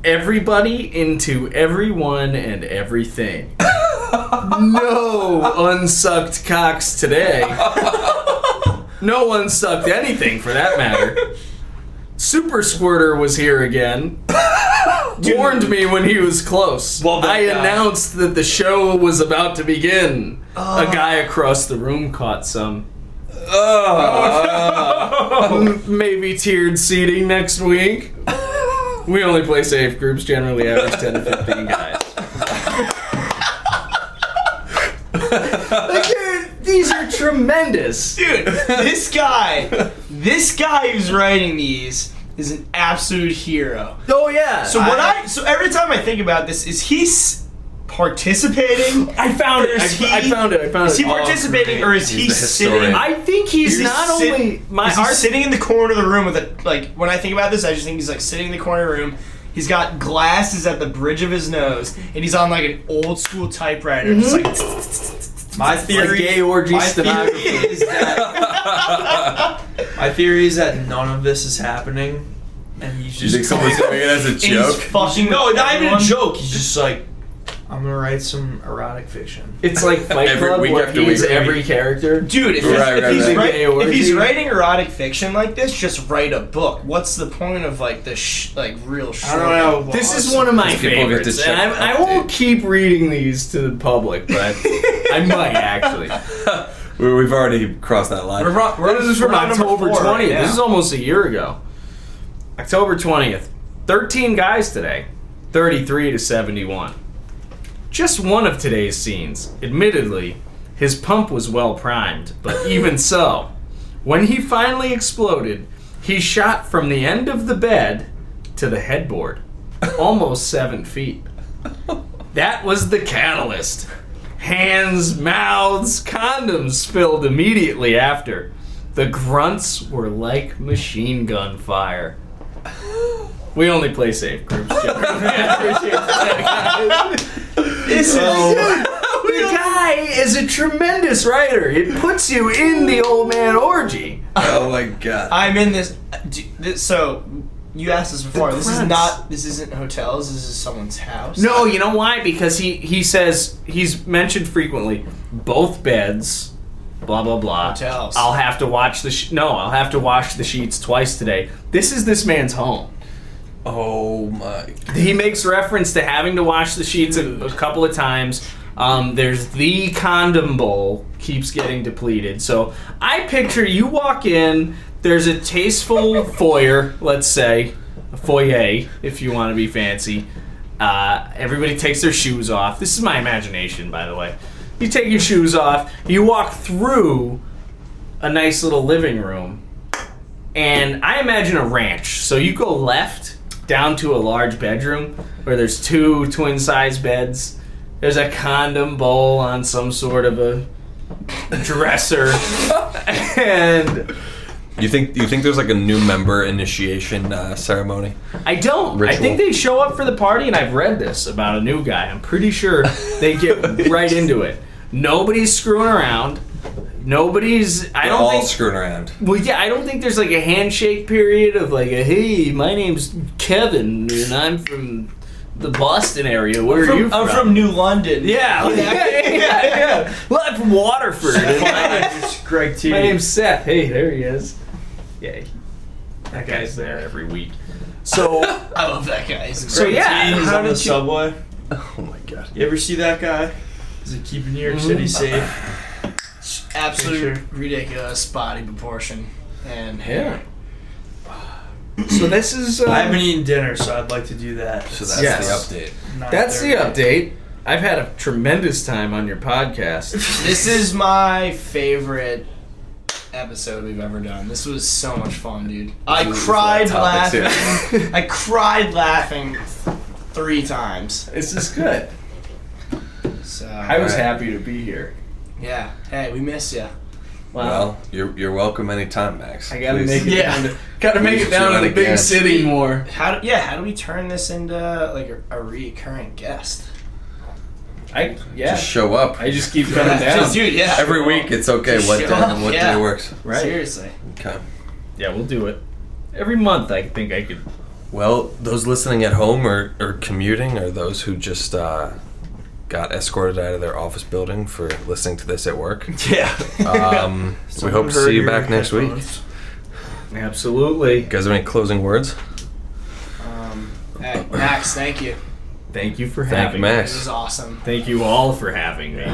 Speaker 5: Everybody into everyone and everything. No unsucked cocks today. No unsucked anything for that matter. Super Squirter was here again. Warned me when he was close.
Speaker 3: Well, that
Speaker 5: I
Speaker 3: guy.
Speaker 5: announced that the show was about to begin.
Speaker 3: Ah.
Speaker 5: A guy across the room caught some.
Speaker 2: Oh.
Speaker 5: M- Maybe tiered seating next week. We only play safe groups, generally average 10 to 15 guys. Like, dude, these are tremendous.
Speaker 4: Dude, this guy, this guy who's writing these is an absolute hero.
Speaker 5: Oh, yeah.
Speaker 4: So what I, so every time I think about this, is he s- participating?
Speaker 5: I found it.
Speaker 4: Is
Speaker 5: I,
Speaker 4: he-
Speaker 5: I found it. I found
Speaker 4: Is
Speaker 5: it.
Speaker 4: he participating, or is he
Speaker 2: the
Speaker 4: sitting?
Speaker 2: historian.
Speaker 5: I think he's
Speaker 4: Is he
Speaker 5: not
Speaker 4: sit-
Speaker 5: only my
Speaker 4: is he
Speaker 5: art.
Speaker 4: sitting in the corner of the room with a like? When I think about this, I just think he's like sitting in the corner of the room. He's got glasses at the bridge of his nose, and he's on like an old school typewriter. Just like
Speaker 3: My theory,
Speaker 5: gay orgy
Speaker 3: my
Speaker 5: stenographer.
Speaker 3: theory is that my theory is that none of this is happening, and he's
Speaker 2: you
Speaker 3: just
Speaker 2: think someone's doing it as a
Speaker 4: and he's
Speaker 2: joke?
Speaker 4: fucking.
Speaker 3: no, not even a
Speaker 4: everyone.
Speaker 3: joke. He's just like, I'm gonna write some erotic fiction.
Speaker 5: It's like Fight
Speaker 2: Every
Speaker 5: Club
Speaker 2: week
Speaker 5: where
Speaker 2: after
Speaker 5: he's
Speaker 2: week.
Speaker 5: every character.
Speaker 4: Dude, if,
Speaker 2: Right,
Speaker 4: he's,
Speaker 2: right,
Speaker 4: if, he's
Speaker 2: right.
Speaker 4: wri-
Speaker 5: Gay
Speaker 4: if he's
Speaker 5: orgy.
Speaker 4: writing erotic fiction like this, just write a book. What's the point of like the sh- like real short?
Speaker 3: I don't know.
Speaker 5: This is one of my
Speaker 2: People get to
Speaker 5: favorites.
Speaker 2: check
Speaker 5: And
Speaker 2: the
Speaker 5: I, I
Speaker 2: update.
Speaker 5: won't keep reading these to the public, but I might actually.
Speaker 2: We- We've already crossed that line.
Speaker 4: We're on- we're
Speaker 5: this is
Speaker 4: on-
Speaker 5: from
Speaker 4: we're on number
Speaker 5: October
Speaker 4: four
Speaker 5: 20th.
Speaker 4: right now.
Speaker 5: this is almost a year ago. October 20th. 13 guys today. 33 to 71. Just one of today's scenes. Admittedly, his pump was well primed, but even so, when he finally exploded, he shot from the end of the bed to the headboard, almost seven feet. That was the catalyst. Hands, mouths, condoms spilled immediately after. The grunts were like machine gun fire. We only play safe groups. this is the guy is a tremendous writer. It puts you in the old man orgy.
Speaker 2: oh my god.
Speaker 4: I'm in this, d- this. So you asked this before. This is
Speaker 5: grunts.
Speaker 4: not. This isn't hotels. This is someone's house.
Speaker 5: No, you know why? Because he he says he's mentioned frequently both beds, blah blah blah.
Speaker 4: Hotels.
Speaker 5: I'll have to watch the sh- no. I'll have to wash the sheets twice today. This is this man's home.
Speaker 2: Oh my.
Speaker 5: He makes reference to having to wash the sheets a, a couple of times. Um, there's the condom bowl keeps getting depleted. So I picture you walk in. There's a tasteful foyer, let's say, a foyer, if you want to be fancy. Uh, everybody takes their shoes off. This is my imagination, by the way. You take your shoes off. You walk through a nice little living room, and I imagine a ranch. So you go left down to a large bedroom where there's two twin size beds. There's a condom bowl on some sort of a dresser, and
Speaker 2: You think you think there's like a new member initiation uh, ceremony?
Speaker 5: I don't. I
Speaker 2: Ritual.
Speaker 5: think they show up for the party, and I've read this about a new guy. I'm pretty sure they get right into it. Nobody's screwing around. Nobody's. I
Speaker 2: They're
Speaker 5: don't
Speaker 2: all
Speaker 5: think
Speaker 2: screwing around.
Speaker 5: Well, yeah, I don't think there's like a handshake period of like a hey, my name's Kevin and I'm from the Boston area. Where are you from?
Speaker 4: I'm from New London.
Speaker 5: yeah, yeah, yeah, yeah, yeah. Well, I'm from Waterford. and my,
Speaker 3: Greg T.
Speaker 5: my name's Seth. Hey, there he is. Yeah, he- that guy's there every week. So,
Speaker 4: I love that guy. He's
Speaker 5: so
Speaker 4: great.
Speaker 5: yeah,
Speaker 3: He's
Speaker 5: how
Speaker 3: on the
Speaker 5: did you?
Speaker 3: subway.
Speaker 2: Oh my god.
Speaker 3: You ever see that guy? Is it keeping New York
Speaker 5: Mm-hmm.
Speaker 3: City safe?
Speaker 4: absolute
Speaker 3: Picture.
Speaker 4: ridiculous body proportion. And
Speaker 5: Yeah. So this is.
Speaker 3: I
Speaker 5: Uh,
Speaker 3: haven't eaten dinner, so I'd like to do that.
Speaker 2: So that's
Speaker 5: Yes.
Speaker 2: the update.
Speaker 5: that's the update. I've had a tremendous time on your podcast.
Speaker 4: This is my favorite episode we've ever done. This was so much fun, dude. I
Speaker 2: Ooh,
Speaker 4: cried
Speaker 2: that topic,
Speaker 4: laughing. I cried laughing three times.
Speaker 9: This is good.
Speaker 4: So
Speaker 9: I was
Speaker 2: All right.
Speaker 9: happy to be here.
Speaker 4: yeah. Hey, we miss you.
Speaker 2: Well, you're you're welcome anytime, Max.
Speaker 9: I gotta
Speaker 2: Please.
Speaker 9: make it.
Speaker 4: Yeah.
Speaker 9: Down to, gotta make
Speaker 2: Please
Speaker 9: it down
Speaker 2: do
Speaker 9: to the
Speaker 2: it
Speaker 9: big
Speaker 2: again.
Speaker 9: city more.
Speaker 4: How do, yeah? How do we turn this into like a, a recurring guest?
Speaker 9: I yeah.
Speaker 2: just show up.
Speaker 9: I just keep coming
Speaker 4: Yeah,
Speaker 9: down.
Speaker 4: dude, yeah.
Speaker 2: Every week it's okay
Speaker 4: Just
Speaker 2: what
Speaker 4: show
Speaker 2: day
Speaker 4: up,
Speaker 2: and what
Speaker 4: yeah.
Speaker 2: day works.
Speaker 9: Right.
Speaker 4: Seriously.
Speaker 2: Okay.
Speaker 5: yeah, we'll do it every month. I think I could.
Speaker 2: Well, those listening at home or, or commuting or those who just uh, got escorted out of their office building for listening to this at work.
Speaker 3: Yeah.
Speaker 2: Um, we hope to
Speaker 3: Heard
Speaker 2: see you
Speaker 3: your
Speaker 2: back next week. You
Speaker 3: headphones.
Speaker 5: Absolutely.
Speaker 2: guys have any closing words?
Speaker 4: Um, hey, Max, thank you.
Speaker 5: Thank you for
Speaker 2: Thank you,
Speaker 5: having
Speaker 4: This
Speaker 2: Max.
Speaker 4: is awesome.
Speaker 5: me. Thank you all for having me.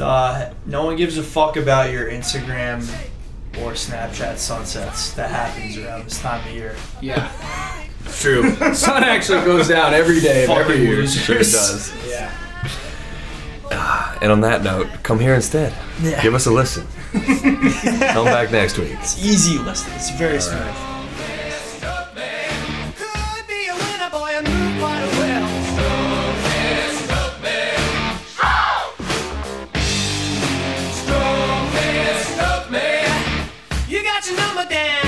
Speaker 3: Uh, no one gives a fuck about your Instagram or Snapchat sunsets. That happens around this time of year.
Speaker 4: Yeah.
Speaker 5: It's true.
Speaker 9: Sun actually goes down every day of every
Speaker 3: Fucking
Speaker 9: year.
Speaker 3: losers.
Speaker 2: Sure does. Ah,
Speaker 4: Yeah.
Speaker 2: And on that note, come here instead. Give us a listen. come back next week.
Speaker 3: It's easy listening. It's very smooth.
Speaker 1: Could be a winner, boy, and move quite well. Strong man, stuck man. You got your number down.